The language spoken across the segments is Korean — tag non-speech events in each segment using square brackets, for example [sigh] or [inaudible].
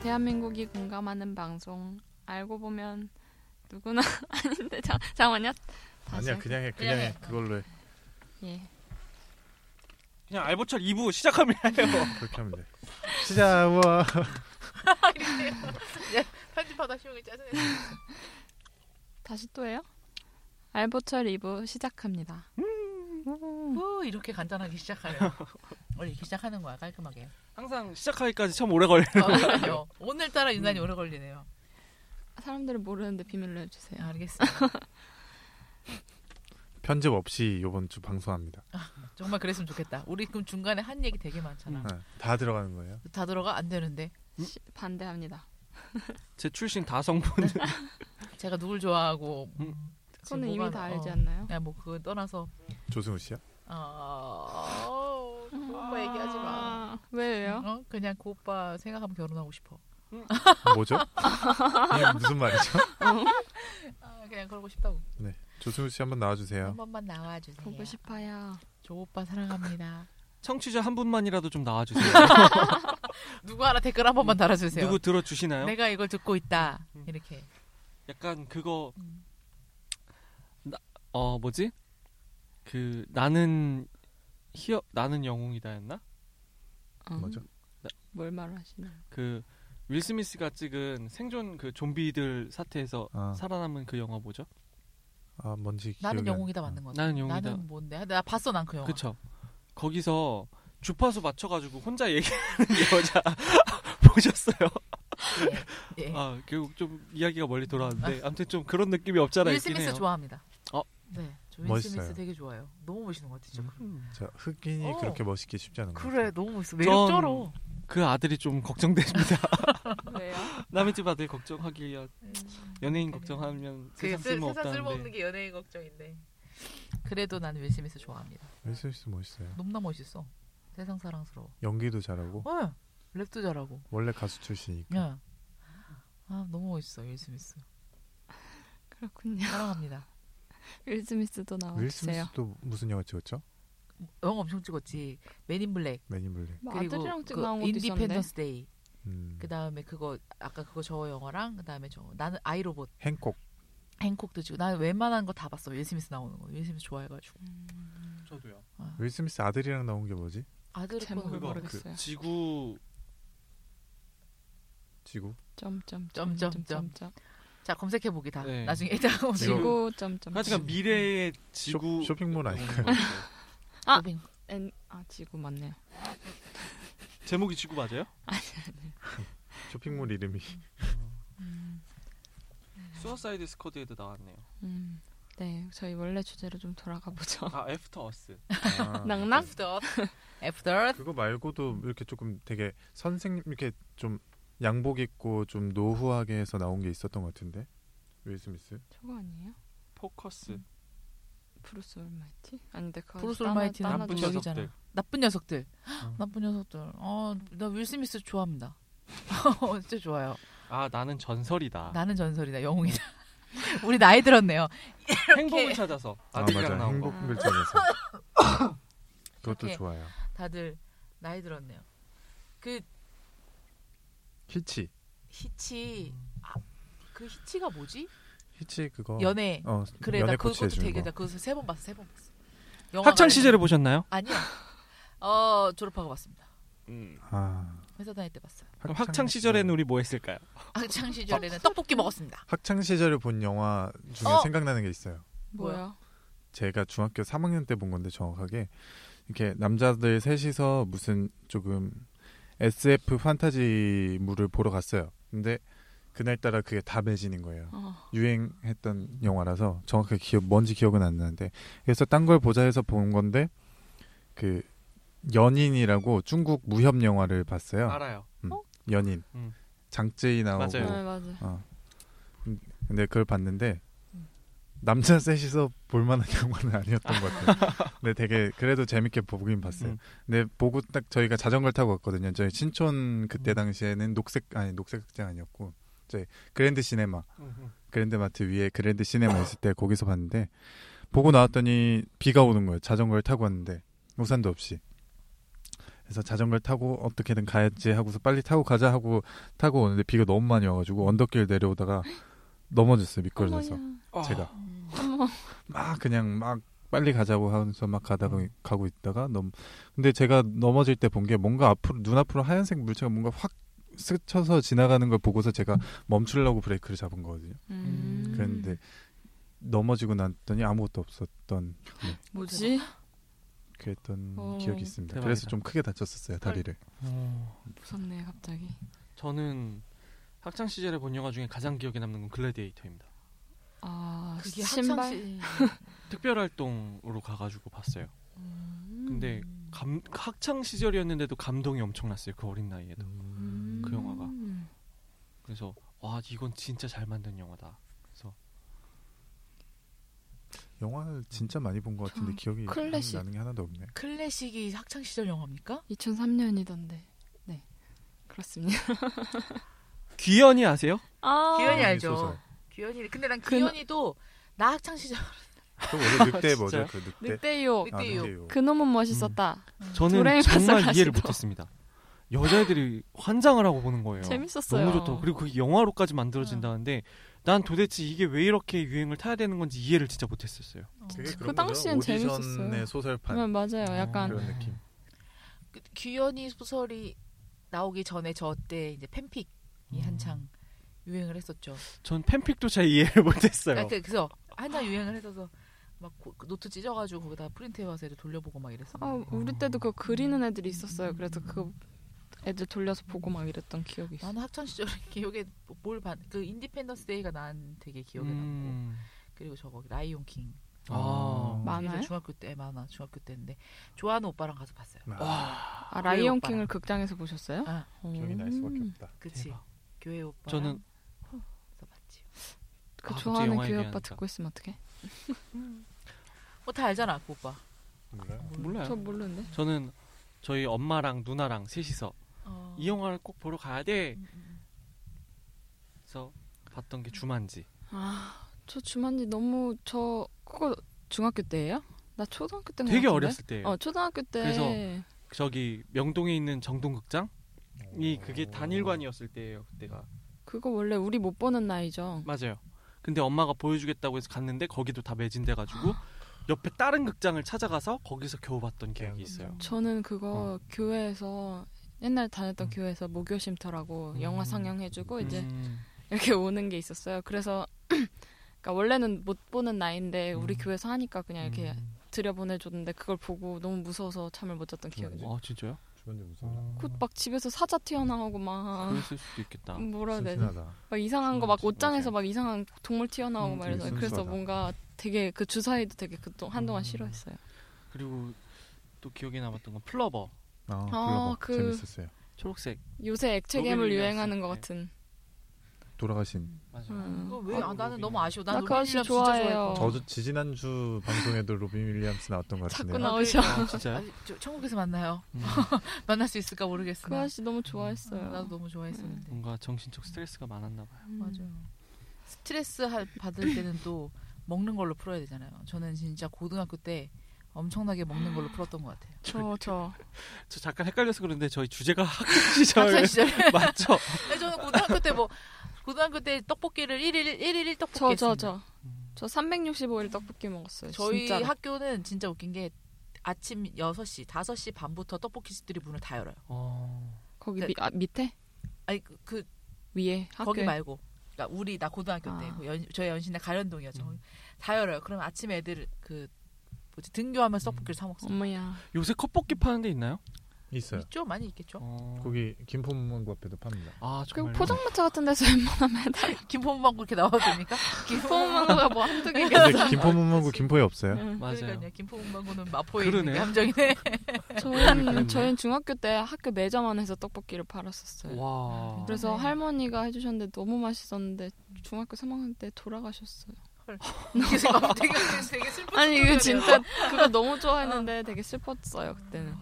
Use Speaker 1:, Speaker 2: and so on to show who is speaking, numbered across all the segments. Speaker 1: 둘이 공감하는 방송 알고 보면 누구나 [laughs] 아닌데 자, 잠깐만요 다시
Speaker 2: 아니야 그냥 해 그냥 해 그걸로 해
Speaker 1: 예.
Speaker 3: 그냥 알보철 2부 시작하면 [laughs] 해요.
Speaker 2: 그렇게 하면
Speaker 4: [laughs]
Speaker 2: 돼 시작 우와
Speaker 4: 편집하다 시용이 짜증내.
Speaker 1: 다시 또 해요 알보철 2부 시작합니다
Speaker 4: 후 이렇게 간단하게 [laughs] 시작하네요. 원래 이렇게 시작하는 거야 깔끔하게.
Speaker 3: 항상 시작하기까지 참 오래 걸려.
Speaker 4: 어, 그럼요. [laughs] 음. 오늘따라 유난히 오래 걸리네요. 네,
Speaker 1: 사람들은 모르는데 비밀로 해주세요
Speaker 4: 알겠습니다.
Speaker 2: 편집 없이 이번 주 방송합니다
Speaker 4: 정말 그랬으면 좋겠다. 우리 그럼 중간에 한 얘기 되게 많잖아.
Speaker 2: 네, 다 들어가는 거예요
Speaker 4: 다 들어가 안 되는데
Speaker 1: 시- 반대합니다
Speaker 3: [laughs] 제 출신 다성분.
Speaker 4: 제가 누굴 좋아하고
Speaker 1: 그거는
Speaker 4: 지금
Speaker 1: 이미
Speaker 4: 뭐가-
Speaker 1: 다 알지
Speaker 4: 어.
Speaker 1: 않나요
Speaker 4: 야 뭐 그거 떠나서
Speaker 2: 조승우 씨요
Speaker 4: 어... 그 오빠 얘기하지 마.
Speaker 1: 아, 왜요
Speaker 4: 어? 그냥 그 오빠 생각하면 결혼하고 싶어. [laughs]
Speaker 2: 뭐죠 이게 무슨 말이죠
Speaker 4: 아, 그냥 그러고 싶다고.
Speaker 2: 네 조승우 씨 한번 나와주세요
Speaker 4: 한 번만 나와주세요.
Speaker 1: 보고 싶어요
Speaker 4: 조 오빠 사랑합니다.
Speaker 3: [laughs] 청취자 한 분만이라도 좀 [laughs] 나와주세요.
Speaker 4: 누구 하나 댓글 한 번만 달아주세요.
Speaker 3: 누구 들어주시나요?
Speaker 4: 내가 이걸 듣고 있다.
Speaker 3: 음.
Speaker 4: 이렇게.
Speaker 3: 약간 그거
Speaker 4: 음.
Speaker 3: 나, 어 뭐지? 그 나는 히어 나는 영웅이다였나?
Speaker 4: 음.
Speaker 1: 어,
Speaker 2: 뭐죠
Speaker 1: 뭘 말하시나요
Speaker 3: 그 윌 스미스가 찍은 생존 그 좀비들 사태에서
Speaker 4: 어.
Speaker 2: 아,
Speaker 3: 살아남은 그 영화 뭐죠?
Speaker 2: 아 뭔지
Speaker 4: 나는
Speaker 2: 기억이 안-
Speaker 4: 영웅이다 맞는 거지.
Speaker 3: 나는 영웅이다.
Speaker 4: 어, 나는 뭔데? 나 봤어 난 그 영화.
Speaker 3: 그쵸? 거기서 주파수 맞춰가지고
Speaker 4: [laughs]
Speaker 3: 혼자 얘기하는 여자 [laughs] 보셨어요?
Speaker 4: 예. 예.
Speaker 3: 아 결국 좀 이야기가 멀리 돌아왔는데 아무튼 좀 그런 느낌이 없잖아
Speaker 4: 윌
Speaker 3: 있긴
Speaker 4: 스미스
Speaker 3: 해요.
Speaker 4: 좋아합니다.
Speaker 3: 어?
Speaker 4: 네. 저윌
Speaker 2: 멋있어요.
Speaker 4: 스미스 되게 좋아요. 너무 멋있는 것 같아. 진짜.
Speaker 3: 음.
Speaker 2: 자 흑인이
Speaker 4: 어.
Speaker 2: 그렇게 멋있기 쉽지 않은 거
Speaker 4: 그래 너무 멋있어.
Speaker 3: 전-
Speaker 4: 매력적으로.
Speaker 3: 그 아들이
Speaker 4: [laughs]
Speaker 3: 좀 걱정됩니다.
Speaker 1: 왜요
Speaker 3: 남의 집 아들 걱정하기야
Speaker 4: 음.
Speaker 3: 연예인 걱정하면
Speaker 4: 그게
Speaker 3: 세상
Speaker 4: 쓸-
Speaker 3: 쓸모
Speaker 4: 세상
Speaker 3: 없다는데.
Speaker 4: 쓸모없는 게 연예인 걱정인데. 그래도 난 윌 스미스 좋아합니다.
Speaker 2: 윌슨 씨 멋있어요
Speaker 4: 너무나 멋있어. 세상 사랑스러워.
Speaker 2: 연기도 잘하고
Speaker 4: 어, 랩도 잘하고.
Speaker 2: 원래 가수 출신이니까
Speaker 4: 야. 아 너무 멋있어 윌 스미스.
Speaker 1: 그렇군요 [laughs]
Speaker 4: 사랑합니다.
Speaker 1: 윌 스미스도
Speaker 4: 어,
Speaker 2: 윌
Speaker 1: 나와주세요
Speaker 2: 스미스도 무슨 영화 찍었죠
Speaker 4: 영화 엄청 찍었지. 맨인 블랙.
Speaker 2: 맨인블랙
Speaker 1: 뭐
Speaker 4: 그리고
Speaker 1: 아들이랑 찍
Speaker 4: 그
Speaker 1: 나온 것도 있었는데
Speaker 4: 인디펜던스 데이.
Speaker 2: 음,
Speaker 4: 그 다음에 그거 아까 그거 저 영화랑 그 다음에 저 나는 아이로봇
Speaker 2: 행콕
Speaker 4: 행콕도 지고 나는 웬만한 거 다 봤어 윌 스미스 나오는 거. 윌 스미스 좋아해가지고
Speaker 3: 저도요.
Speaker 2: 윌 스미스 아들이랑 나온 게 뭐지
Speaker 4: 아들
Speaker 1: 제목을
Speaker 3: 그거,
Speaker 1: 모르겠어요
Speaker 3: 지구
Speaker 2: 지구
Speaker 1: 점점점점점
Speaker 4: 자 검색해 보기 다.
Speaker 3: 네.
Speaker 4: 나중에 이따가
Speaker 2: 지금-
Speaker 4: 검색해.
Speaker 1: 지구 점점
Speaker 3: 하여간 미래의 지구 어,
Speaker 2: 쇼핑몰 아닌가요?
Speaker 4: 음.
Speaker 1: 아!
Speaker 4: 로빙.
Speaker 1: 엔... 아 지구 맞네요
Speaker 3: 제목이 지구 맞아요?
Speaker 2: 쇼핑몰
Speaker 4: [laughs]
Speaker 2: 이름이
Speaker 3: 수어사이드 스쿼드에도 나왔네요.
Speaker 1: 음, 네 저희 원래 주제로 좀 돌아가 보죠 [laughs]
Speaker 3: 아 애프터 어스.
Speaker 2: 아,
Speaker 1: 낭낭?
Speaker 4: 애프터. 애프터.
Speaker 2: 그거 말고도 이렇게 조금 되게 선생님 이렇게 좀 양복 입고 좀 노후하게 해서 나온 게 있었던 것 같은데 윌 스미스
Speaker 1: 저거 아니에요?
Speaker 3: 포커스.
Speaker 1: 브루스 올마이티? 아닌데 그거
Speaker 4: 브루스
Speaker 1: 따나-
Speaker 4: 올마이티는
Speaker 1: 따나 좀-
Speaker 3: 나쁜 녀석.
Speaker 4: 저기잖아.
Speaker 3: 녀석들.
Speaker 4: 나쁜 녀석들. 나쁜 녀석들. 어, 나 윌 스미스 좋아합니다. [laughs] 어, 진짜 좋아요.
Speaker 3: 아 나는 전설이다.
Speaker 4: 나는 전설이다. 영웅이다. [laughs] 우리 나이 들었네요.
Speaker 3: 행복을 찾아서
Speaker 2: 아
Speaker 3: 아들이랑
Speaker 2: 맞아
Speaker 3: 나온
Speaker 2: 행복
Speaker 3: 거.
Speaker 1: 거.
Speaker 2: 글자에서
Speaker 4: [laughs]
Speaker 2: 그것도
Speaker 4: 이렇게.
Speaker 2: 좋아요
Speaker 4: 다들 나이 들었네요. 그
Speaker 2: 히치
Speaker 4: 히치 아, 그 히치가 뭐지?
Speaker 2: 히치 그거
Speaker 4: 연애.
Speaker 2: 어
Speaker 4: 그래
Speaker 2: 연애
Speaker 4: 나
Speaker 2: 코치
Speaker 4: 그것도
Speaker 2: 해주는
Speaker 4: 되게
Speaker 2: 거
Speaker 4: 나 그거 세 번 봤어. 세 번 봤어. 영화관에서.
Speaker 3: 학창 시절에 보셨나요?
Speaker 4: 아니요. 어, 졸업하고 봤습니다.
Speaker 3: 음.
Speaker 2: 아, 네.
Speaker 4: 회사 다닐 때 봤어요.
Speaker 3: 그럼 학창 시절에는 우리 뭐 했을까요?
Speaker 4: 학창 시절에는 떡볶이 먹었습니다.
Speaker 2: 학창 시절을 본 영화 중에
Speaker 4: 어!
Speaker 2: 생각나는 게 있어요
Speaker 1: 뭐야?
Speaker 2: 제가 중학교 3학년 때 본 건데 정확하게 이렇게 남자들 셋이서 무슨 조금 SF 판타지물을 보러 갔어요. 근데 그날따라 그게 다 매진인 거예요.
Speaker 1: 어,
Speaker 2: 유행했던 영화라서 정확하게 기억 뭔지 기억은 안 나는데 그래서 딴 걸 보자 해서 본 건데 그 연인이라고 중국 무협 영화를 봤어요.
Speaker 3: 알아요.
Speaker 2: 연인
Speaker 3: 음.
Speaker 2: 장제이 나오고
Speaker 3: 맞아요.
Speaker 1: 네 맞아
Speaker 2: 어. 음, 근데 그걸 봤는데 남자 셋이서 볼만한 [laughs] 영화는 아니었던 것 같아요. 근데 되게 그래도 재밌게 보긴 봤어요.
Speaker 3: 음.
Speaker 2: 근데 보고 딱 저희가 자전거를 타고 갔거든요. 저희 신촌 그때 당시에는 녹색 아니 녹색 극장 아니었고 저희 그랜드 시네마 그랜드마트 위에 그랜드 시네마 있을 때 거기서 봤는데 보고 나왔더니 비가 오는 거예요. 자전거를 타고 왔는데 우산도 없이. 그래서 그래서 자전거를 타고 어떻게든 가야지 하고서 빨리 타고 가자 하고 타고 오는데 비가 너무 많이 와가지고 언덕길 내려오다가 넘어졌어요 미끄러져서
Speaker 1: 어머야.
Speaker 3: 아,
Speaker 2: 제가
Speaker 4: 음.
Speaker 1: 어머.
Speaker 2: 막 그냥 막 빨리 가자고 하면서 막 가다가
Speaker 1: 음.
Speaker 2: 가고 있다가 넘 근데 제가 넘어질 때 본 게 뭔가 앞으로 눈앞으로 하얀색 물체가 뭔가 확 스쳐서 지나가는 걸 보고서 제가 멈추려고 브레이크를 잡은 거거든요.
Speaker 1: 음.
Speaker 2: 그런데 넘어지고 났더니 아무것도 없었던 네,
Speaker 1: 뭐지?
Speaker 2: 그랬던
Speaker 1: 어,
Speaker 2: 기억이 있습니다.
Speaker 3: 대박이다.
Speaker 2: 그래서 좀 크게 다쳤었어요 다리를.
Speaker 3: 어,
Speaker 1: 무섭네 갑자기.
Speaker 3: 저는 학창 시절에 본 영화 중에 가장 기억에 남는 건 글래디에이터입니다.
Speaker 1: 아
Speaker 4: 그게
Speaker 1: 신발.
Speaker 4: 학창시.
Speaker 3: 특별 활동으로 가가지고 봤어요.
Speaker 1: 음.
Speaker 3: 근데 감, 학창 시절이었는데도 감동이 엄청났어요. 그 어린 나이에도.
Speaker 2: 음.
Speaker 3: 그 영화가.
Speaker 1: 음.
Speaker 3: 그래서 와 이건 진짜 잘 만든 영화다.
Speaker 2: 영화를 진짜 많이 본 것 같은데
Speaker 1: 저
Speaker 2: 기억이
Speaker 1: 클래식.
Speaker 2: 나는 게 하나도 없네.
Speaker 4: 클래식이 학창 시절 영화입니까?
Speaker 1: 2003년이던데. 네.
Speaker 4: [laughs]
Speaker 1: 그렇습니다.
Speaker 3: 귀연이 아세요?
Speaker 1: 아.
Speaker 4: 기현이
Speaker 2: 아,
Speaker 4: 알죠.
Speaker 2: 소설.
Speaker 4: 기현이. 근데 난
Speaker 1: 그-
Speaker 4: 기현이도 나 학창 시절
Speaker 2: 그 원래 늑대 뭐죠?
Speaker 3: 진짜요?
Speaker 2: 그 늑대.
Speaker 1: 늑대요.
Speaker 2: 아,
Speaker 4: 늑대요.
Speaker 2: 늑대요.
Speaker 1: 그놈은
Speaker 3: 음,
Speaker 1: 멋있었다.
Speaker 3: 저는
Speaker 1: 도레미
Speaker 3: 정말
Speaker 1: 바사라시도.
Speaker 3: 이해를 못했습니다. 여자애들이 환장을 하고 보는 거예요.
Speaker 1: 재밌었어요.
Speaker 3: 그
Speaker 1: 음.
Speaker 3: 너무 좋다. 그리고 그게 영화로까지 만들어진다는데 난 도대체 이게 왜 이렇게 유행을 타야 되는 건지 이해를 진짜 못했었어요.
Speaker 2: 그게
Speaker 1: 그
Speaker 2: 그런 거죠.
Speaker 1: 당시엔
Speaker 2: 오디션의
Speaker 1: 재밌었어요.
Speaker 2: 소설판
Speaker 1: 그러면 음, 맞아요.
Speaker 3: 어,
Speaker 1: 약간
Speaker 2: 그런 느낌.
Speaker 4: 그 귀연이 소설이 나오기 전에 저 때 이제 팬픽이 한창 유행을 했었죠.
Speaker 3: 전 팬픽도 잘 이해를 [laughs] 못했어요.
Speaker 4: 그러니까 그래서 한창 유행을 했어서 막 고- 그 노트 찢어가지고 거기다 프린트해 와서 애들 돌려보고 막 이랬어.
Speaker 1: 아, 우리 때도 그거 그리는 애들이 있었어요. 그래서 그 애들 돌려서 보고 막 이랬던 기억이 있어요.
Speaker 4: 나는 학창 시절 기억에 [laughs] 뭐 뭘봤그 인디펜던스 데이가 난 되게 기억에 남고
Speaker 3: 음.
Speaker 4: 그리고 저거 라이온 킹
Speaker 3: 아.
Speaker 1: 마- 만화요?
Speaker 4: 그게 중학교 때 만화 중학교 때인데 좋아하는 오빠랑 가서 봤어요.
Speaker 2: 와,
Speaker 1: 아, 라이온
Speaker 4: 오빠랑.
Speaker 1: 킹을 극장에서 보셨어요?
Speaker 4: 아,
Speaker 2: 기억이 날 수밖에
Speaker 1: 음.
Speaker 2: 없다.
Speaker 4: 그치
Speaker 3: 대박.
Speaker 4: 교회 오빠
Speaker 3: 저는
Speaker 4: 가서 봤지.
Speaker 1: 그
Speaker 3: 아, 갑자기
Speaker 1: 좋아하는
Speaker 3: 영화
Speaker 1: 교회 오빠
Speaker 3: 얘기하니까.
Speaker 1: 듣고 있으면 어떡해?
Speaker 4: 뭐다 알잖아 그 오빠.
Speaker 2: 몰라요.
Speaker 3: 몰라요.
Speaker 1: 저 모르는데.
Speaker 3: 저는 저희 엄마랑 누나랑 셋이서
Speaker 4: 어.
Speaker 3: 이 영화를 꼭 보러 가야 돼.
Speaker 4: 음, 음.
Speaker 3: 그래서 봤던 게 주만지.
Speaker 1: 아, 저 주만지 너무 저 그거 중학교 때예요? 나 초등학교 때인 것
Speaker 3: 되게
Speaker 1: 음, 같은데?
Speaker 3: 어렸을 때예요.
Speaker 1: 어, 초등학교 때.
Speaker 3: 그래서 저기 명동에 있는 정동극장이 그게
Speaker 2: 오.
Speaker 3: 단일관이었을 때예요. 그때가
Speaker 1: 그거 원래 우리 못 보는 나이죠.
Speaker 3: 맞아요. 근데 엄마가 보여주겠다고 해서 갔는데 거기도 다 매진돼가지고 옆에 다른 극장을 찾아가서 거기서 겨우 봤던 기억이
Speaker 1: 음.
Speaker 3: 있어요.
Speaker 1: 저는 그거 교회에서 옛날 다녔던
Speaker 3: 음.
Speaker 1: 교회에서 모교 쉼터라고
Speaker 3: 음.
Speaker 1: 영화 상영해주고 이제
Speaker 3: 음.
Speaker 1: 이렇게 오는 게 있었어요. 그래서 [clears throat] 그러니까 원래는 못 보는 나이인데 우리
Speaker 3: 음.
Speaker 1: 교회에서 하니까 그냥 네, 이렇게
Speaker 3: 음.
Speaker 1: 들여 보내줬는데 그걸 보고 너무 무서워서 잠을 못 잤던 기억이 나요.
Speaker 3: 아 진짜요?
Speaker 2: 주변에 무서워.
Speaker 3: 어.
Speaker 1: 곧막 집에서 사자 튀어나오고 막
Speaker 3: 그랬을 수도 있겠다.
Speaker 1: 뭐라 해야 되지?
Speaker 2: 튼튼하다.
Speaker 1: 막 이상한 거 막
Speaker 3: 맞아,
Speaker 1: 옷장에서
Speaker 3: 맞아.
Speaker 1: 막 이상한 동물 튀어나오고
Speaker 3: 음,
Speaker 1: 막 이래서
Speaker 2: 되게
Speaker 1: 그래서
Speaker 2: 순수하다.
Speaker 1: 뭔가 되게 그 주사위도 되게 그 한동안
Speaker 3: 음.
Speaker 1: 싫어했어요.
Speaker 3: 그리고 또 기억에 남았던 건 플러버
Speaker 2: 아,
Speaker 1: 아,
Speaker 2: 아
Speaker 1: 그-
Speaker 2: 재밌었어요.
Speaker 3: 초록색
Speaker 1: 음. 요새 액체 괴물
Speaker 3: 로빈
Speaker 1: 유행하는
Speaker 3: 윌리엄스.
Speaker 1: 것
Speaker 3: 네.
Speaker 1: 같은.
Speaker 2: 돌아가신
Speaker 3: 맞아요.
Speaker 1: 음.
Speaker 4: 그거 왜
Speaker 3: 아,
Speaker 4: 아, 나는
Speaker 3: 로빈.
Speaker 4: 너무 아쉬워.
Speaker 1: 나
Speaker 4: 난
Speaker 1: 그
Speaker 4: 로빈
Speaker 1: 아저씨
Speaker 4: 윌리엄스 진짜
Speaker 1: 좋아해요.
Speaker 4: 좋아했거든.
Speaker 1: 저-
Speaker 2: 저주 지지난주 방송에도 로빈 윌리엄스 나왔던 것
Speaker 1: 자꾸
Speaker 2: 같은데요.
Speaker 1: 나와. 나오셔.
Speaker 3: 아, 진짜요?
Speaker 4: 아니, 저- 천국에서 만나요. [laughs]
Speaker 3: 음.
Speaker 4: 만날 수 있을까
Speaker 1: 그
Speaker 4: 모르겠으나.
Speaker 1: 아저씨 너무 좋아했어요.
Speaker 4: 음, 나도 너무 좋아했었는데.
Speaker 3: [laughs] 뭔가 정신적 스트레스가 많았나 봐요.
Speaker 1: 음.
Speaker 4: 맞아요. 스트레스 할- 받을 때는 또 먹는 걸로 풀어야 되잖아요. 저는 진짜 고등학교 때 엄청나게 먹는 걸로 풀었던 것 같아요.
Speaker 1: 저 저.
Speaker 3: 저 잠깐 헷갈려서 그런데 저희 주제가 [laughs] 학창
Speaker 4: 학창
Speaker 3: 시절
Speaker 4: 시절.
Speaker 3: [laughs] 맞죠?
Speaker 4: 아니, 저는 고등학교 때 뭐 고등학교 때 떡볶이를 1일 1일 1떡볶이
Speaker 1: 저 저
Speaker 4: 했습니다.
Speaker 1: 저.
Speaker 3: 음,
Speaker 1: 저 365일 떡볶이 먹었어요.
Speaker 4: 저희
Speaker 1: 진짜로.
Speaker 4: 학교는 진짜 웃긴 게 아침 6시, 5시 반부터 떡볶이 집들이 문을 다 열어요.
Speaker 3: 어.
Speaker 1: 거기
Speaker 4: 네.
Speaker 1: 미, 아, 밑에
Speaker 4: 아니 그, 그
Speaker 1: 위에
Speaker 4: 거기
Speaker 1: 학교 에
Speaker 4: 말고 그러니까 우리 나 고등학교
Speaker 1: 아.
Speaker 4: 때 그 연, 저희 연신내 가련동이었죠.
Speaker 3: 음.
Speaker 4: 다 열어요. 그럼 아침 애들 그 뭐지 등교하면서 떡볶이를 사 먹어요.
Speaker 1: 엄마야.
Speaker 3: 요새 컵볶이 파는 데 있나요?
Speaker 2: 있어요.
Speaker 4: 있죠, 많이 있겠죠.
Speaker 3: 어.
Speaker 2: 거기 김포문구 앞에도 팝니다.
Speaker 3: 아
Speaker 1: 그리고
Speaker 3: 정말
Speaker 1: 포장마차 같은 데서
Speaker 3: 네?
Speaker 1: 웬만하면
Speaker 4: 김포문방구 이렇게 나와도 [laughs] 됩니까?
Speaker 1: 포만고가 뭐 한두 개가
Speaker 4: 네.
Speaker 2: 근데 김포문구 김포에
Speaker 3: 네?
Speaker 2: 없어요.
Speaker 1: 있어요.
Speaker 3: 맞아요.
Speaker 4: 그러니까요. 김포문방구는 마포에
Speaker 3: 그러네.
Speaker 4: 있는 게 함정이네.
Speaker 1: 저희는
Speaker 3: 그랬네.
Speaker 1: 저희는 중학교 때 학교 매점 안에서 떡볶이를 팔았었어요. 음,
Speaker 3: 와.
Speaker 4: 그래서-
Speaker 1: 그래서
Speaker 4: 네.
Speaker 1: 할머니가 해주셨는데 너무 맛있었는데 중학교 3학년 때 돌아가셨어요.
Speaker 4: 이게 생각 되게 되게 슬픈.
Speaker 1: 아니 이거
Speaker 4: 스토리네요.
Speaker 1: 진짜 그거 너무 좋아했는데 되게 슬펐어요 그때는.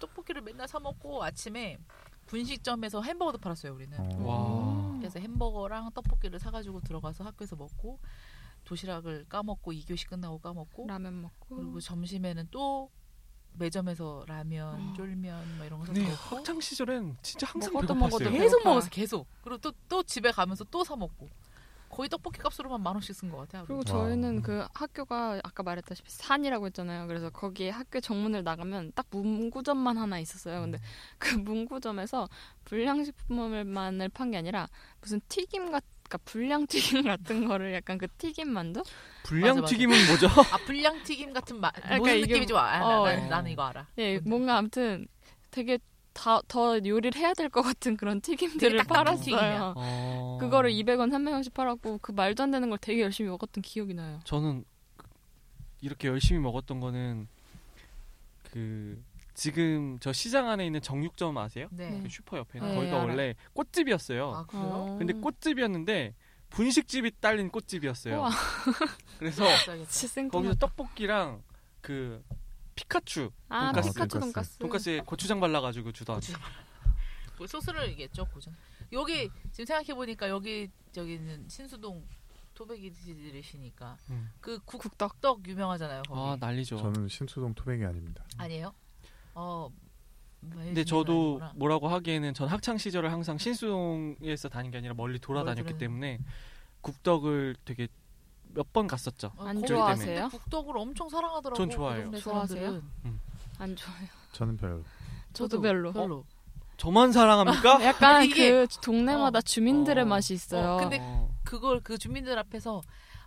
Speaker 4: 떡볶이를 맨날 사 먹고 아침에 분식점에서 햄버거도 팔았어요 우리는.
Speaker 3: 와.
Speaker 4: 그래서 햄버거랑 떡볶이를 사가지고 들어가서 학교에서 먹고 도시락을 까먹고 2교시 끝나고 까먹고
Speaker 1: 라면 먹고
Speaker 4: 그리고 점심에는 또 매점에서 라면,
Speaker 1: 음.
Speaker 4: 쫄면 뭐 이런 거 사서
Speaker 3: 네,
Speaker 4: 먹고
Speaker 3: 학창 시절엔 진짜 항상
Speaker 1: 먹어도
Speaker 3: 배고팠어요.
Speaker 1: 먹어도 배고팠어요.
Speaker 4: 계속
Speaker 1: 배고파요.
Speaker 4: 네, 먹었어 계속 그리고 또 또 집에 가면서 또 사 먹고 거의 떡볶이 값으로만 만 원씩 쓴 것 같아요.
Speaker 1: 그리고
Speaker 2: 와.
Speaker 1: 저희는 그 학교가 아까 말했다시피 산이라고 했잖아요. 그래서 거기에 학교 정문을 나가면 딱 문구점만 하나 있었어요.
Speaker 3: 음.
Speaker 1: 근데 [laughs] 그 문구점에서 불량식품만을 판 게 아니라 무슨 튀김 같 그러니까 불량 튀김 [laughs] 같은 거를 약간 그 튀김 만두?
Speaker 3: 불량
Speaker 4: 맞아, 맞아.
Speaker 3: 튀김은 뭐죠?
Speaker 4: 아 불량 튀김 같은 맛
Speaker 1: 그러니까
Speaker 4: 무슨
Speaker 1: 이게
Speaker 4: 느낌인지 아, 나,
Speaker 1: 어.
Speaker 4: 난, 나는 이거 알아.
Speaker 1: 예,
Speaker 4: 뭔데?
Speaker 1: 뭔가 아무튼 되게 다 더 요리를 해야 될 것 같은 그런
Speaker 4: 되게
Speaker 1: 튀김들을
Speaker 4: 딱딱한 튀김이야.
Speaker 1: 팔았어요.
Speaker 3: 어.
Speaker 1: 그거를 200원, 300원씩 팔았고 그 말도 안 되는 걸 되게 열심히 먹었던 기억이 나요.
Speaker 3: 저는 그- 이렇게 열심히 먹었던 거는 그 지금 저 시장 안에 있는 정육점 아세요?
Speaker 4: 네.
Speaker 1: 네.
Speaker 3: 그 슈퍼 옆에는
Speaker 1: 네,
Speaker 3: 거기가
Speaker 1: 알아요.
Speaker 3: 원래 꽃집이었어요.
Speaker 4: 아 그래요?
Speaker 1: 어.
Speaker 3: 근데 꽃집이었는데 분식집이 딸린 꽃집이었어요.
Speaker 1: 우와.
Speaker 3: [laughs] 그래서
Speaker 4: 어.
Speaker 1: 진짜 생뚱.
Speaker 3: 거기서 떡볶이랑 그
Speaker 4: 음.
Speaker 3: 피카츄
Speaker 1: 아,
Speaker 3: 돈가스,
Speaker 1: 피카츄
Speaker 2: 돈가스.
Speaker 1: 돈가스.
Speaker 3: 돈까스에 고추장 발라가지고 주던
Speaker 4: 그 소스를 얘기했죠 고전. 여기 지금 생각해 보니까 여기 저기는 신수동 토백이들이시니까
Speaker 3: 음.
Speaker 4: 그 국떡
Speaker 1: 국떡.
Speaker 4: 유명하잖아요. 거기.
Speaker 3: 아 난리죠.
Speaker 2: 저는 신수동 토백이 아닙니다.
Speaker 4: 아니에요? 어.
Speaker 3: 근데 저도 뭐라고 하기에는 전 학창 시절을 항상 신수동에서 다닌 게 아니라 멀리 돌아다녔기
Speaker 4: 멀리 돌아다녔-
Speaker 3: 때문에 국덕을 되게 몇 번 갔었죠.
Speaker 1: 안
Speaker 3: 좋아하세요?
Speaker 4: 국떡을 엄청 사랑하더라고.
Speaker 3: 전 좋아해요.
Speaker 4: 그 동네
Speaker 1: 좋아하세요?
Speaker 4: 사람들은.
Speaker 1: 안 좋아요.
Speaker 2: 저는 별로.
Speaker 1: 저도 별로.
Speaker 4: 별로.
Speaker 3: 저만
Speaker 4: 아,
Speaker 3: 사랑합니까?
Speaker 1: 약간
Speaker 4: 근데 이게-
Speaker 1: 그 동네마다
Speaker 4: 어.
Speaker 1: 주민들의
Speaker 3: 어.
Speaker 1: 맛이 있어요.
Speaker 4: 어, 근데
Speaker 3: 어.
Speaker 4: 그걸 그 주민들 앞에서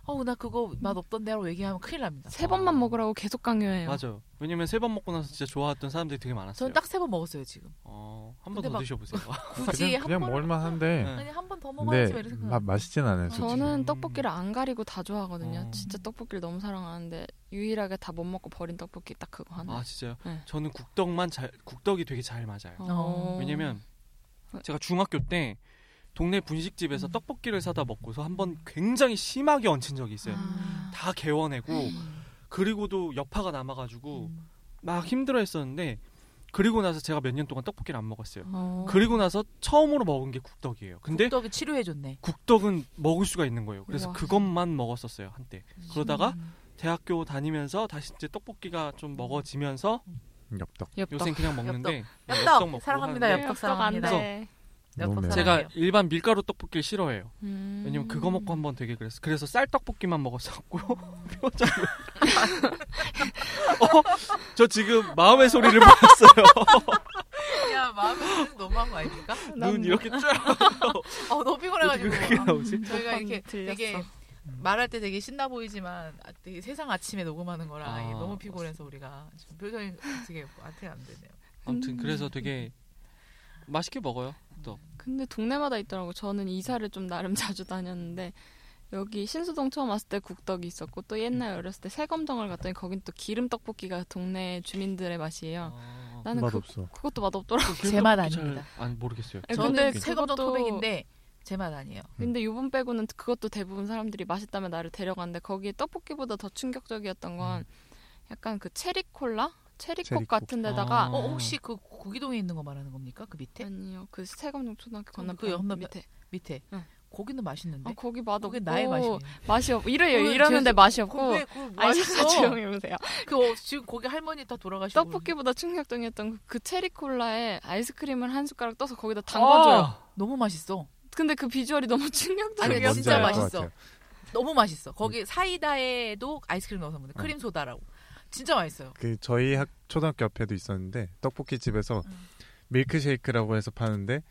Speaker 4: 어우 나 그거 맛 없던데라고 얘기하면 큰일 납니다.
Speaker 1: 세 번만 먹으라고 계속 강요해요.
Speaker 3: 맞아요. 왜냐면 세 번 먹고 나서 진짜 좋아했던 사람들이 되게 많았어요.
Speaker 4: 저는 딱 세 번 먹었어요 지금.
Speaker 3: 어, 한 번
Speaker 4: 근데
Speaker 3: 더
Speaker 4: 막- [laughs]
Speaker 3: 드셔보세요.
Speaker 4: 굳이
Speaker 2: 그냥,
Speaker 4: 한
Speaker 2: 그냥
Speaker 4: 번.
Speaker 2: 먹을만 한데
Speaker 3: 네.
Speaker 4: 아니 한 번 더 먹어야지 막
Speaker 2: 근데 맛
Speaker 4: 이런 생각.
Speaker 2: 맛있진 않아요. 솔직히.
Speaker 1: 저는
Speaker 3: 음.
Speaker 1: 떡볶이를 안 가리고 다 좋아하거든요.
Speaker 3: 어.
Speaker 1: 진짜 떡볶이를 너무 사랑하는데 유일하게 다 못 먹고 버린 떡볶이 딱 그거 하나.
Speaker 3: 아 진짜요?
Speaker 1: 네.
Speaker 3: 저는 국덕만 잘 국덕이 되게 잘 맞아요.
Speaker 1: 어.
Speaker 3: 왜냐면 제가 중학교 때 동네 분식집에서
Speaker 4: 음.
Speaker 3: 떡볶이를 사다 먹고서 한 번 굉장히 심하게 얹힌 적이 있어요.
Speaker 1: 아.
Speaker 3: 다 개워내고 그리고도 여파가 남아가지고
Speaker 4: 음.
Speaker 3: 막 힘들어했었는데 그리고 나서 제가 몇 년 동안 떡볶이를 안 먹었어요.
Speaker 1: 어.
Speaker 3: 그리고 나서 처음으로 먹은 게 국덕이에요. 근데
Speaker 4: 국떡이 치료해 줬네.
Speaker 3: 국덕... 은 먹을 수가 있는 거예요. 그래서
Speaker 1: 우와.
Speaker 3: 그것만 먹었었어요 한때. 그러다가 대학교 다니면서 다시 이제 떡볶이가 좀 먹어지면서
Speaker 2: 엽떡.
Speaker 1: 엽떡.
Speaker 3: 요새 그냥 먹는데 네,
Speaker 4: 엽떡 사랑합니다.
Speaker 3: 하는데
Speaker 4: 엽떡
Speaker 1: 안
Speaker 4: 사랑합니다.
Speaker 1: 돼.
Speaker 2: 너무
Speaker 4: 엽떡
Speaker 2: 매워.
Speaker 4: 사랑해요.
Speaker 3: 제가 일반 밀가루 떡볶이를 싫어해요.
Speaker 1: 음.
Speaker 3: 왜냐면 그거 먹고 한 번 되게 그랬어. 그래서 쌀
Speaker 4: [laughs]
Speaker 3: 떡볶이만 먹었었고 표정. 어? 저 지금 마음의 소리를 받았어요.
Speaker 4: [laughs] 야 마음이 너무한 거 [laughs] 아닙니까?
Speaker 1: 난
Speaker 3: 눈 이렇게 쫙.
Speaker 4: 어 너무
Speaker 3: 어떻게
Speaker 4: 피곤해가지고 음.
Speaker 3: 그렇게 나오지?
Speaker 4: 저희가 이렇게
Speaker 1: 들렸어.
Speaker 4: 되게 말할 때 되게 신나 보이지만 아, 되게 세상 아침에 녹음하는 거라
Speaker 3: 아,
Speaker 4: 이게 너무 피곤해서 우리가 지금 표정이 되게 안테가 안 되네요.
Speaker 3: 아무튼 그래서 되게 맛있게 먹어요.
Speaker 1: 근데 동네마다 있더라고. 저는 이사를 좀 나름 [laughs] 자주 다녔는데 여기 신수동 처음 왔을 때 국떡이 있었고 또 옛날 어렸을 때 새검정을 갔더니 거긴 또 기름 떡볶이가 동네 주민들의 맛이에요.
Speaker 3: 아,
Speaker 1: 나는
Speaker 2: 맛
Speaker 1: 그,
Speaker 2: 없어.
Speaker 1: 그것도 맛없더라.
Speaker 4: 어. 맛
Speaker 3: 잘
Speaker 4: 아닙니다.
Speaker 3: 안 모르겠어요.
Speaker 1: 예,
Speaker 4: 저는
Speaker 1: 근데
Speaker 4: 세검정
Speaker 1: 그것도-
Speaker 4: 토백인데 제 맛 아니에요.
Speaker 1: 근데 요번 빼고는 그것도 대부분 사람들이 맛있다며 나를 데려갔는데 거기에 떡볶이보다 더 충격적이었던 건 약간 그 체리콜라? 체리콕
Speaker 2: 체리콕.
Speaker 1: 같은 데다가
Speaker 3: 아.
Speaker 4: 어 혹시 그 고기동에 있는 거 말하는 겁니까? 그 밑에
Speaker 1: 아니요 그 새검정 초등학교
Speaker 4: 저는
Speaker 1: 건너편
Speaker 4: 그 건너편-
Speaker 1: 밑에
Speaker 4: 밑에
Speaker 1: 응.
Speaker 4: 고기는 맛있는데.
Speaker 1: 아, 거기 맛없고
Speaker 4: 그게 나의 맛이에요.
Speaker 1: 맛이 없 이래요 이러는데 맛이 없고
Speaker 4: 왜 그걸
Speaker 1: 아니 [laughs]
Speaker 4: 맛있어?
Speaker 1: 조용히 보세요
Speaker 4: 그 어, 지금 고기 할머니 다 돌아가시고
Speaker 1: 떡볶이보다 충격적이었던 그- 그 체리 콜라에 아이스크림을 한 숟가락 떠서 거기다 담궈줘요.
Speaker 3: 아,
Speaker 4: 너무 맛있어.
Speaker 1: 근데 그 비주얼이 너무
Speaker 4: 아니,
Speaker 1: 충격적이었어요.
Speaker 4: 근데
Speaker 2: 뭔지
Speaker 4: 진짜
Speaker 2: 알것
Speaker 4: 맛있어.
Speaker 2: 같아요.
Speaker 4: 너무 맛있어. 거기 사이다에도 아이스크림 넣어서 먹는
Speaker 2: 어.
Speaker 4: 크림 소다라고. 진짜 맛있어요.
Speaker 2: 그 저희 학 초등학교 옆에도 있었는데 떡볶이 집에서
Speaker 4: 음.
Speaker 2: 밀크쉐이크라고 해서 파는데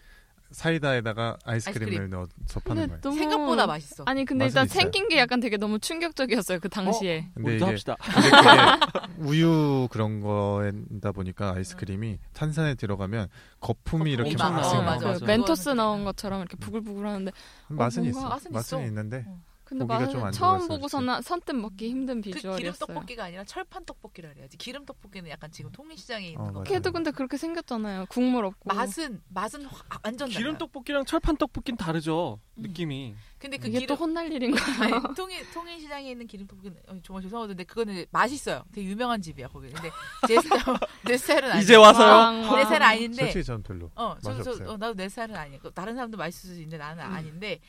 Speaker 2: 사이다에다가 아이스크림을
Speaker 4: 아이스크림.
Speaker 2: 넣어서 파는
Speaker 1: 근데
Speaker 2: 거예요.
Speaker 1: 너무
Speaker 4: 생각보다 맛있어.
Speaker 1: 아니 근데
Speaker 2: 맛은
Speaker 1: 일단
Speaker 2: 있어요.
Speaker 1: 생긴 게 약간 되게 너무 충격적이었어요 그 당시에.
Speaker 2: 근데
Speaker 3: 우리도
Speaker 2: 네, 이게
Speaker 3: 합시다.
Speaker 2: 근데 그게 우유 그런 거다 보니까 아이스크림이 탄산에 들어가면 거품이 이렇게
Speaker 3: 거품이
Speaker 2: 막
Speaker 3: 많아.
Speaker 2: 나와요.
Speaker 3: 어, 맞아.
Speaker 1: 그 멘토스
Speaker 4: 그거는
Speaker 1: 넣은 것처럼 이렇게 부글부글 하는데
Speaker 2: 맛은
Speaker 1: 뭔가
Speaker 2: 있어.
Speaker 4: 맛은
Speaker 2: 맛은,
Speaker 4: 있어.
Speaker 2: 있는데
Speaker 1: 근데
Speaker 2: 고기가
Speaker 1: 맛은
Speaker 2: 좀안
Speaker 1: 처음
Speaker 2: 들어갔어요,
Speaker 1: 보고서는 선뜻 먹기 힘든
Speaker 4: 그 기름
Speaker 1: 비주얼이었어요.
Speaker 4: 떡볶이가 아니라 철판 떡볶이라 그래야지. 기름 떡볶이는 약간 지금 통일시장에
Speaker 2: 어,
Speaker 4: 있는 거.
Speaker 2: 맞아요.
Speaker 1: 걔도 근데 그렇게 생겼잖아요. 국물 없고.
Speaker 4: 맛은 맛은 확- 아, 완전 달라요.
Speaker 3: 기름 떡볶이랑 철판 떡볶이는 다르죠.
Speaker 4: 음.
Speaker 3: 느낌이.
Speaker 4: 근데 그
Speaker 1: 이게 또
Speaker 4: 기름
Speaker 1: 혼날 일인 [laughs] 가
Speaker 4: 아니, [laughs] 통일 통일시장에 있는 기름 떡볶이는 어, 정말 죄송하던데 그거는 맛있어요. 되게 유명한 집이야 거기. 근데 제 [laughs] 스타일 내 스타일은 아니야.
Speaker 3: 이제 와서요.
Speaker 4: 내 스타일은 아닌데
Speaker 2: 솔직히 저는 별로.
Speaker 4: 어, 저,
Speaker 2: 맛이
Speaker 4: 저,
Speaker 2: 없어요.
Speaker 4: 그 어, 나도 내 살은 아니고 다른 사람도 맛있을 수 있는데 나는 아닌데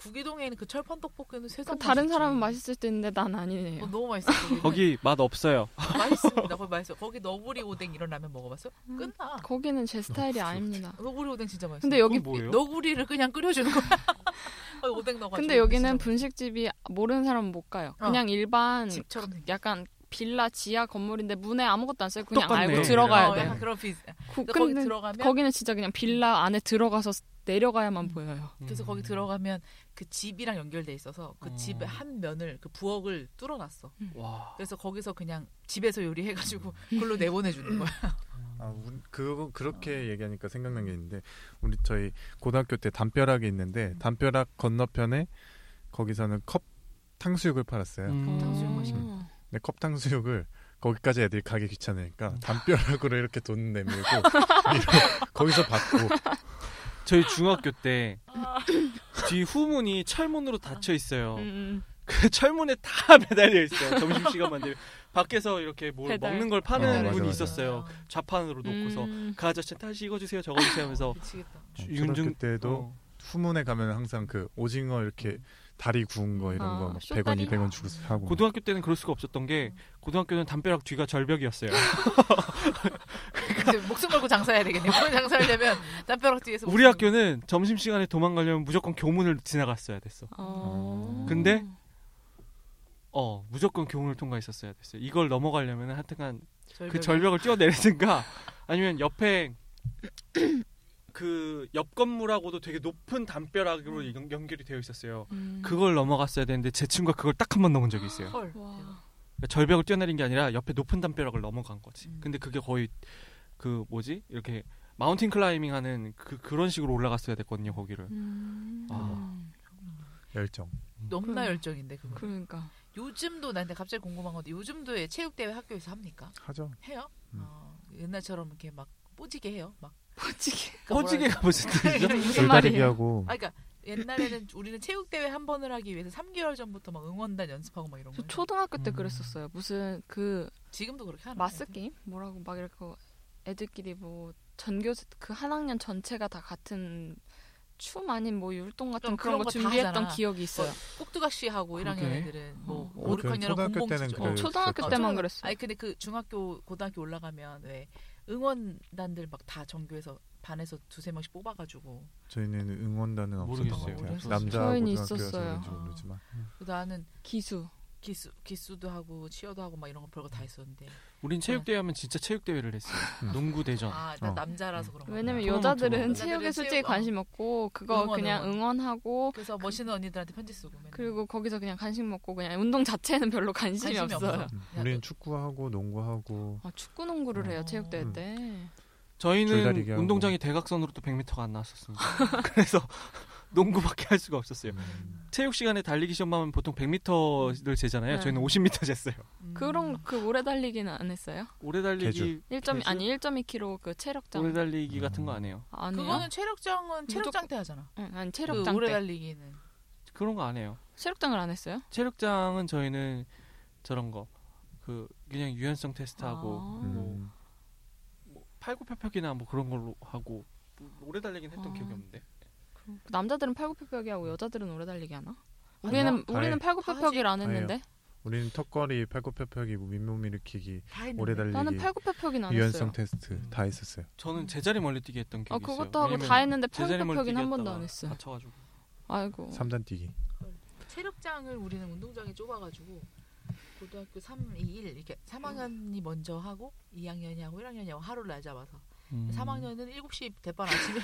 Speaker 4: 구기동에 있는 그 철판 떡볶이는 세상
Speaker 1: 음. 그 다른
Speaker 4: 맛있지.
Speaker 1: 사람은 맛있을 수도 있는데 난 아니네요.
Speaker 4: 어, 너무 맛있어. 거기는.
Speaker 3: [laughs] 거기 맛 없어요.
Speaker 4: 맛있습니다. 거기 맛있어. 거기 너구리 오뎅 이런 라면 먹어봤어요? 끝나.
Speaker 1: 거기는 제 스타일이
Speaker 2: 너무
Speaker 1: 아닙니다.
Speaker 4: 너구리 오뎅 진짜
Speaker 1: 음.
Speaker 4: 맛있어.
Speaker 1: 근데 여기
Speaker 3: 그건 뭐예요?
Speaker 4: 너구리를 그냥 끓여주는 거야. [laughs] 거기 오뎅 넣어가지고.
Speaker 1: 근데 여기는
Speaker 4: 진짜
Speaker 1: 분식집이 모르는 사람은 못 가요.
Speaker 4: 어.
Speaker 1: 그냥 일반
Speaker 4: 집처럼 생겨.
Speaker 1: 약간 빌라 지하 건물인데 문에 아무것도 안 써요. 그냥
Speaker 3: 똑같네.
Speaker 1: 알고
Speaker 4: 어,
Speaker 1: 들어가야
Speaker 4: 약간
Speaker 1: 돼요.
Speaker 4: 그런 비슷.
Speaker 1: 구-
Speaker 4: 근데 거기
Speaker 1: 근데
Speaker 4: 들어가면
Speaker 1: 거기는 진짜 그냥 빌라 안에 들어가서 내려가야만
Speaker 4: 음.
Speaker 1: 보여요.
Speaker 4: 그래서 거기 들어가면 그 집이랑 연결돼 있어서 그
Speaker 3: 어.
Speaker 4: 집의 한 면을 그 부엌을 뚫어놨어.
Speaker 3: 와.
Speaker 4: 그래서 거기서 그냥 집에서 요리해가지고 그걸로 내보내주는 거야.
Speaker 3: [laughs]
Speaker 2: 아, 우리 그거 그렇게
Speaker 4: 아.
Speaker 2: 얘기하니까 생각난 게 있는데 우리 저희 고등학교 때 담벼락이 있는데
Speaker 4: 음.
Speaker 2: 담벼락 건너편에 거기서는 컵 탕수육을 팔았어요.
Speaker 4: 음.
Speaker 3: 음.
Speaker 1: 어.
Speaker 2: 근데 컵 탕수육을 거기까지 애들이 가기 귀찮으니까
Speaker 4: 음.
Speaker 2: 담벼락으로 이렇게 돈
Speaker 4: [laughs]
Speaker 2: 내밀고 위로 거기서 받고
Speaker 3: 저희 중학교 때 [laughs] 뒤 후문이 철문으로 닫혀 있어요.
Speaker 1: 아. 음,
Speaker 3: 그 철문에 다 [laughs] 매달려 있어요. 점심 시간만 되면 밖에서 이렇게 뭘
Speaker 1: 배달.
Speaker 3: 먹는 걸
Speaker 2: 어,
Speaker 3: 파는
Speaker 2: 맞아,
Speaker 3: 분이
Speaker 2: 맞아.
Speaker 3: 있었어요. 좌판으로 놓고서
Speaker 1: 음.
Speaker 3: 그 아저씨 다시 익어주세요, 저거주세요 하면서 어.
Speaker 4: 미치겠다.
Speaker 2: 초등학교 때도 후문에 가면 항상 그 오징어 이렇게 다리 구운 거 이런
Speaker 1: 음. 아,
Speaker 2: 거
Speaker 1: 쇼다리?
Speaker 2: 100원 200원 주고 사고
Speaker 3: 고등학교 때는 그럴 수가 없었던
Speaker 1: 음.
Speaker 3: 게 고등학교는 담벼락 뒤가 절벽이었어요.
Speaker 1: 아,
Speaker 4: 이제 목숨 걸고 장사해야 되겠네. 목숨
Speaker 3: [laughs]
Speaker 4: 장사하려면 땀벼락 뒤에서
Speaker 3: 우리
Speaker 4: 목숨 걸고.
Speaker 3: 학교는 점심 시간에 도망가려면 무조건 교문을 지나갔어야 됐어.
Speaker 1: 어.
Speaker 3: 근데 어, 무조건 교문을 통과했었어야 됐어요. 이걸 넘어가려면 하여튼간 그
Speaker 4: 절벽이-
Speaker 3: 절벽을 뛰어내리든가 아니면 옆에 그 옆 건물하고도 되게 높은 담벼락으로 연- 연결이 되어 있었어요.
Speaker 1: 음.
Speaker 3: 그걸 넘어갔어야 되는데 제 친구가 그걸 딱 한 번 넘은 적이 있어요.
Speaker 4: 헐.
Speaker 1: 와.
Speaker 3: 그러니까 절벽을 뛰어내린 게 아니라 옆에 높은 담벼락을 넘어간 거지.
Speaker 4: 음.
Speaker 3: 근데 그게 거의 그 뭐지 이렇게 마운틴 클라이밍 하는 그 그런 식으로 올라갔어야 됐거든요 거기를.
Speaker 1: 음.
Speaker 3: 아.
Speaker 2: 열정
Speaker 4: 너무나
Speaker 1: 그러네.
Speaker 4: 열정인데 그거.
Speaker 1: 그러니까
Speaker 4: 요즘도 나한테 갑자기 궁금한 건데 요즘도 체육 대회 학교에서 합니까?
Speaker 2: 하죠.
Speaker 4: 해요?
Speaker 2: 음.
Speaker 4: 어, 옛날처럼 이렇게 막 뽀지게 해요. 막
Speaker 1: 멋지게.
Speaker 4: 그러니까 뭐라
Speaker 3: 호지게가 무슨 [laughs]
Speaker 4: 그러니까 [laughs]
Speaker 3: 뜻이죠?
Speaker 1: 무슨
Speaker 2: 돌다리기
Speaker 1: 말이에요?
Speaker 2: 하고
Speaker 4: 아, 그러니까 옛날에는 우리는 체육 대회 한 번을 하기 위해서 3개월 전부터 막 응원단 연습하고 막 이런
Speaker 1: 저
Speaker 4: 거. 해요.
Speaker 1: 초등학교 때
Speaker 3: 음.
Speaker 1: 그랬었어요. 무슨 그
Speaker 4: 지금도 그렇게 하나?
Speaker 1: 마스 게임 뭐라고 막 이렇게 애들끼리 뭐 전교 그 한 학년 전체가 다 같은 춤 아닌 뭐 율동 같은
Speaker 4: 그럼
Speaker 1: 그런
Speaker 4: 그런
Speaker 1: 거
Speaker 4: 거다
Speaker 1: 준비했던
Speaker 4: 하잖아.
Speaker 1: 기억이 있어요.
Speaker 4: 꼭두각시 하고 1학년
Speaker 3: 그러게.
Speaker 4: 애들은 뭐
Speaker 1: 어,
Speaker 4: 오, 6학년이
Speaker 2: 초등학교
Speaker 4: 공봉
Speaker 2: 때는
Speaker 4: 치죠.
Speaker 1: 어,
Speaker 2: 그래요.
Speaker 1: 초등학교
Speaker 2: 그랬었죠.
Speaker 1: 때만
Speaker 4: 초등학-
Speaker 1: 그랬어요.
Speaker 4: 아니 근데 그 중학교 고등학교 올라가면 왜 응원단들 막 다 전교에서 반에서 두세 명씩 뽑아가지고
Speaker 2: 저희는 응원단은 없었던
Speaker 3: 모르겠어요.
Speaker 2: 것 같아요.
Speaker 4: 모르겠어요.
Speaker 2: 남자
Speaker 1: 저희는
Speaker 2: 고등학교여서
Speaker 1: 있었어요.
Speaker 2: 그런지
Speaker 4: 아.
Speaker 2: 모르지만
Speaker 4: 그래서 나는
Speaker 1: 기수.
Speaker 4: 기수 기수도 하고 치어도 하고 막 이런 거 별거 다 했었는데
Speaker 3: 우린 체육 대회 하면 진짜 체육 대회를 했어요. 농구 대전.
Speaker 4: 아 나
Speaker 2: 어.
Speaker 4: 남자라서 그런 거
Speaker 1: 왜냐면
Speaker 3: 토너먼트
Speaker 1: 여자들은
Speaker 3: 뭐.
Speaker 1: 체육에
Speaker 4: 여자들은
Speaker 1: 솔직히
Speaker 4: 체육, 어.
Speaker 1: 관심 없고 그거
Speaker 4: 응원,
Speaker 1: 그냥
Speaker 4: 응원.
Speaker 1: 응원하고
Speaker 4: 그래서 멋있는 언니들한테 편지 쓰고 맨날.
Speaker 1: 그리고 거기서 그냥 간식 먹고 그냥 운동 자체는 별로 관심이,
Speaker 4: 관심이
Speaker 1: 없어요.
Speaker 4: 없어.
Speaker 2: 음.
Speaker 4: 야,
Speaker 1: 네.
Speaker 2: 우리는 축구하고 농구하고
Speaker 1: 아, 축구 농구를 해요
Speaker 4: 어.
Speaker 1: 체육대회
Speaker 2: 음.
Speaker 1: 때.
Speaker 3: 저희는
Speaker 2: 줄다리기 하고.
Speaker 3: 운동장이 대각선으로 또 100m가 안 나왔었습니다. [laughs] 그래서 농구밖에 할 수가 없었어요.
Speaker 2: 음.
Speaker 3: 체육 시간에 달리기 시험하면 보통 100m를 재잖아요.
Speaker 1: 네.
Speaker 3: 저희는 50m 쟀어요.
Speaker 4: 음.
Speaker 1: 그런 그 오래 달리기는 안 했어요?
Speaker 3: 오래 달리기,
Speaker 2: 개줄.
Speaker 1: 1점
Speaker 3: 그래서?
Speaker 1: 아니 1.2kg 그 체력장
Speaker 3: 오래 달리기
Speaker 2: 음.
Speaker 3: 같은 거 안 해요.
Speaker 1: 안 해요?
Speaker 4: 그거는 체력장은 체력장 때 하잖아.
Speaker 1: 응, 아니
Speaker 4: 그
Speaker 1: 체력장
Speaker 4: 오래
Speaker 1: 때.
Speaker 4: 달리기는
Speaker 3: 그런 거 안 해요.
Speaker 1: 체력장을 안 했어요?
Speaker 3: 체력장은 저희는 저런 거. 그 그냥 유연성 테스트하고
Speaker 1: 아.
Speaker 2: 음.
Speaker 3: 뭐 팔굽혀펴기나 뭐 그런 걸로 하고 뭐 오래 달리긴 했던
Speaker 1: 아.
Speaker 3: 기억이 없는데.
Speaker 1: 남자들은 팔굽혀펴기 하고 여자들은 오래 달리기 하나?
Speaker 2: 아니요,
Speaker 1: 우리는
Speaker 2: 다
Speaker 1: 우리는
Speaker 2: 해요.
Speaker 1: 팔굽혀펴기를 안
Speaker 2: 다 해요.
Speaker 1: 했는데
Speaker 2: 우리는 턱걸이, 팔굽혀펴기, 민몸 일으키기,
Speaker 4: 다 했는데.
Speaker 2: 오래
Speaker 1: 나는
Speaker 2: 달리기,
Speaker 1: 팔굽혀펴기는 안 했어요.
Speaker 2: 유연성
Speaker 1: 음.
Speaker 2: 테스트 다 했었어요.
Speaker 3: 저는 제자리 멀리뛰기 했던
Speaker 1: 아
Speaker 3: 기억이 있어요.
Speaker 1: 그것도 하고
Speaker 3: 왜냐면
Speaker 1: 다 했는데
Speaker 3: 제자리 멀리뛰기
Speaker 1: 팔굽혀펴기는 한 번도
Speaker 3: 했다가
Speaker 1: 안 했어요.
Speaker 3: 다쳐가지고.
Speaker 1: 아이고.
Speaker 2: 삼단 뛰기.
Speaker 4: 체력장을 우리는 운동장이 좁아가지고 고등학교 3, 2, 1 이렇게 3학년이 먼저 하고 2학년이 하고 1학년이 하고 하루를 날 잡아서
Speaker 3: 음.
Speaker 4: 3학년은 7시 대판 아침에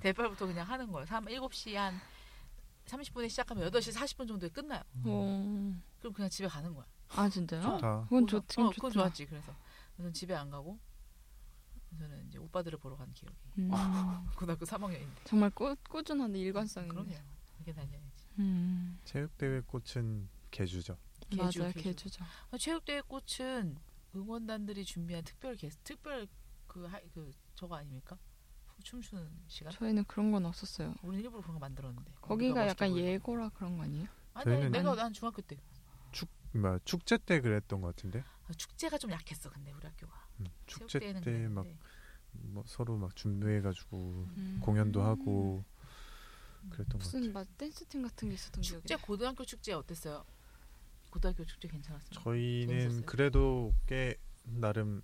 Speaker 4: 대판부터 그냥 하는 거예요. 3, 7시 한 30분에 시작하면 8시 40분 정도에 끝나요.
Speaker 3: 음.
Speaker 1: 어.
Speaker 4: 그럼 그냥 집에 가는 거야.
Speaker 1: 아 진짜요?
Speaker 2: 좋다.
Speaker 1: 그건
Speaker 4: 그래서-
Speaker 1: 좋긴
Speaker 4: 어,
Speaker 1: 좋다.
Speaker 4: 그건 좋았지. 그래서 저는 집에 안 가고 저는 이제 오빠들을 보러 간 기억이.
Speaker 1: 음,
Speaker 4: 고등학교 3학년인데.
Speaker 1: 정말 꾸, 꾸준한데 일관성 있네.
Speaker 4: 아. 그럼요. 이게 다녀야지.
Speaker 1: 음.
Speaker 2: 체육대회 꽃은 개주죠.
Speaker 4: 개주,
Speaker 1: 맞아요,
Speaker 4: 개주.
Speaker 1: 개주죠.
Speaker 4: 아, 체육대회 꽃은 응원단들이 준비한 특별 게스트, 특별 그, 하, 그 저거 아닙니까? 춤추는 시간?
Speaker 1: 저희는 그런 건 없었어요.
Speaker 4: 우리는 일부러 그런 거 만들었는데.
Speaker 1: 거기가
Speaker 4: 우리가
Speaker 1: 약간
Speaker 4: 멋있게 보이려고.
Speaker 1: 예고라 그런 거 아니에요?
Speaker 4: 아니,
Speaker 2: 저희는-
Speaker 4: 내가 난 중학교 때
Speaker 2: 뭐 축제 때 그랬던 것 같은데.
Speaker 4: 아, 축제가 좀 약했어 근데 우리 학교가
Speaker 2: 음, 축제
Speaker 4: 체육대회는
Speaker 1: 네.
Speaker 2: 때 막뭐
Speaker 4: 그랬는데.
Speaker 2: 서로 막 준비해가지고
Speaker 1: 음.
Speaker 2: 공연도 하고 그랬던 것
Speaker 1: 무슨
Speaker 2: 같아요.
Speaker 1: 막 댄스팀 같은 게 있었던 기억이
Speaker 4: 축제
Speaker 1: 나요.
Speaker 4: 고등학교 축제 어땠어요? 고등학교 축제 괜찮았어요.
Speaker 2: 저희는
Speaker 4: 재밌었어요?
Speaker 2: 그래도 꽤 나름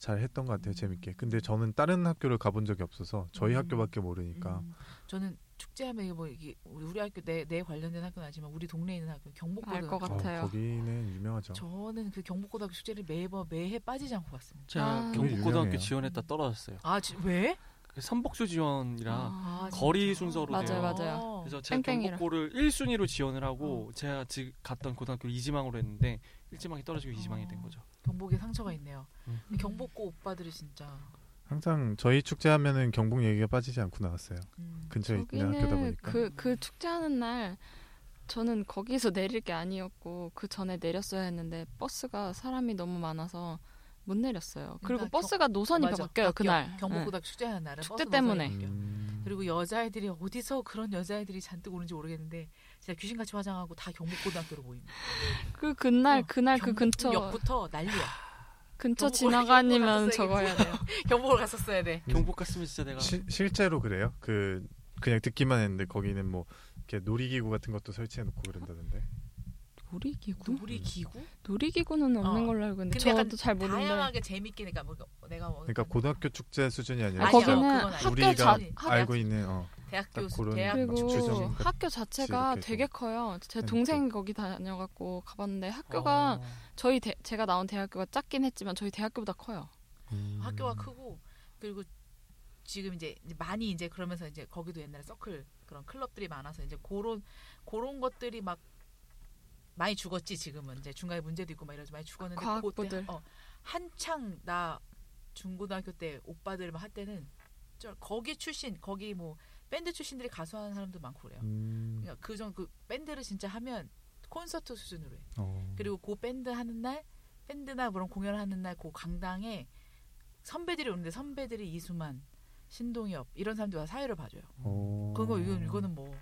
Speaker 2: 잘 했던 것 같아요. 재밌게. 근데 저는 다른 학교를 가본 적이 없어서 저희
Speaker 4: 음.
Speaker 2: 학교밖에 모르니까
Speaker 4: 음, 저는 축제하면 이게 뭐 이게 우리 학교 내, 내 관련된 학교는 아니지만 우리 동네에 있는 학교
Speaker 1: 알
Speaker 4: 경복고등학교.
Speaker 1: 것 같아요.
Speaker 2: 어, 거기는 유명하죠.
Speaker 4: 저는 그 경복고등학교 축제를 매번 매해 빠지지 않고
Speaker 1: 아.
Speaker 4: 갔습니다.
Speaker 3: 제가
Speaker 2: 유명해요.
Speaker 3: 경북고등학교 지원했다 떨어졌어요.
Speaker 4: 아 지, 왜?
Speaker 3: 그 선복조 지원이라
Speaker 1: 아,
Speaker 4: 아, 진짜?
Speaker 3: 거리 순서로
Speaker 1: 맞아요,
Speaker 3: 돼요.
Speaker 1: 맞아요.
Speaker 3: 그래서 제가
Speaker 1: 뺑뺑이라.
Speaker 3: 경북고를 1순위로 지원을 하고
Speaker 1: 어.
Speaker 3: 제가 지금 갔던 고등학교를 2지망으로 했는데 1지망이 떨어지고 2지망이 된 거죠.
Speaker 4: 경복에 상처가 있네요.
Speaker 3: 음.
Speaker 4: 경복고 오빠들이 진짜
Speaker 2: 항상 저희 축제하면은 경북 얘기가 빠지지 않고 나왔어요.
Speaker 4: 음,
Speaker 2: 근처에 있는 학교다
Speaker 1: 거기는
Speaker 2: 보니까.
Speaker 1: 그, 그 축제하는 날 저는 거기서 내릴 게 아니었고 그 전에 내렸어야 했는데 버스가 사람이 너무 많아서 못 내렸어요. 그리고
Speaker 4: 그러니까
Speaker 1: 버스가 노선이
Speaker 4: 맞아.
Speaker 1: 바뀌어요 그날.
Speaker 4: 바뀌어. 경복고등학교 축제하는 날은
Speaker 1: 축제
Speaker 4: 버스 노선이
Speaker 1: 때문에.
Speaker 4: 바뀌어.
Speaker 2: 음.
Speaker 4: 그리고 여자애들이 어디서 그런 여자애들이 잔뜩 오는지 모르겠는데 진짜 귀신같이 화장하고 다 경복고등학교로 모입니다.
Speaker 1: 네. 그 그날
Speaker 4: 어,
Speaker 1: 그날 그
Speaker 4: 경복
Speaker 1: 근처
Speaker 4: 역부터 난리야.
Speaker 1: 근처
Speaker 4: 경복고를-
Speaker 1: 지나가니면
Speaker 4: 경복고를
Speaker 1: 저거 해야 돼요.
Speaker 4: 경복을 갔었어야 돼.
Speaker 2: 음.
Speaker 3: 경북 갔으면 진짜 내가
Speaker 2: 시, 실제로 그래요? 그 그냥 듣기만 했는데 거기는 뭐 이렇게 놀이기구 같은 것도 설치해 놓고 그런다던데.
Speaker 1: 놀이기구?
Speaker 4: 우리 그 기구?
Speaker 1: 놀이기구는 없는
Speaker 4: 어.
Speaker 1: 걸로 알고 있는데
Speaker 4: 근데 약간
Speaker 1: 그 저도 잘 모르는데
Speaker 4: 다양하게 재밌게 내가 뭐 내가 뭐
Speaker 2: 그러니까 고등학교 축제 수준이 아니라
Speaker 1: 아,
Speaker 4: 아니요,
Speaker 2: 진짜
Speaker 1: 거기는
Speaker 4: 그건 아니에요.
Speaker 1: 학교 자
Speaker 4: 우리가
Speaker 1: 학-
Speaker 2: 알고 있는 어.
Speaker 4: 대학교
Speaker 2: 딱
Speaker 4: 수-
Speaker 2: 그런
Speaker 4: 대학
Speaker 2: 막
Speaker 1: 그리고
Speaker 2: 주정 같이
Speaker 1: 학교 자체가
Speaker 2: 이렇게
Speaker 1: 되게
Speaker 2: 좀
Speaker 1: 커요. 제
Speaker 2: 해놓고.
Speaker 1: 동생이 거기 다녀갖고 가봤는데 학교가
Speaker 2: 아.
Speaker 3: 어.
Speaker 1: 저희 대- 제가 나온 대학교가 작긴 했지만 저희 대학교보다 커요.
Speaker 2: 아.
Speaker 4: 음. 학교가 크고 그리고 지금 이제 이제 많이 이제 그러면서 이제 거기도 옛날에 서클 그런 클럽들이 많아서 이제 그런 그런 것들이 막 많이 죽었지 지금은 이제 중간에 문제도 있고 막 이러지 많이 죽었는데
Speaker 1: 과학부들.
Speaker 4: 그때 어, 한창 나 중고등학교 때 오빠들 막 할 때는 저 거기 출신 거기 뭐 밴드 출신들이 가수하는 사람도 많고 그래요.
Speaker 2: 음.
Speaker 4: 그러니까 그전 그 밴드를 진짜 하면 콘서트 수준으로 해.
Speaker 2: 어.
Speaker 4: 그리고 그 밴드 하는 날 밴드나 그런 공연 하는 날 그 강당에 선배들이 오는데 선배들이 이수만 신동엽 이런 사람들 와 사회를 봐줘요.
Speaker 2: 어.
Speaker 4: 그거 이건 이거는 뭐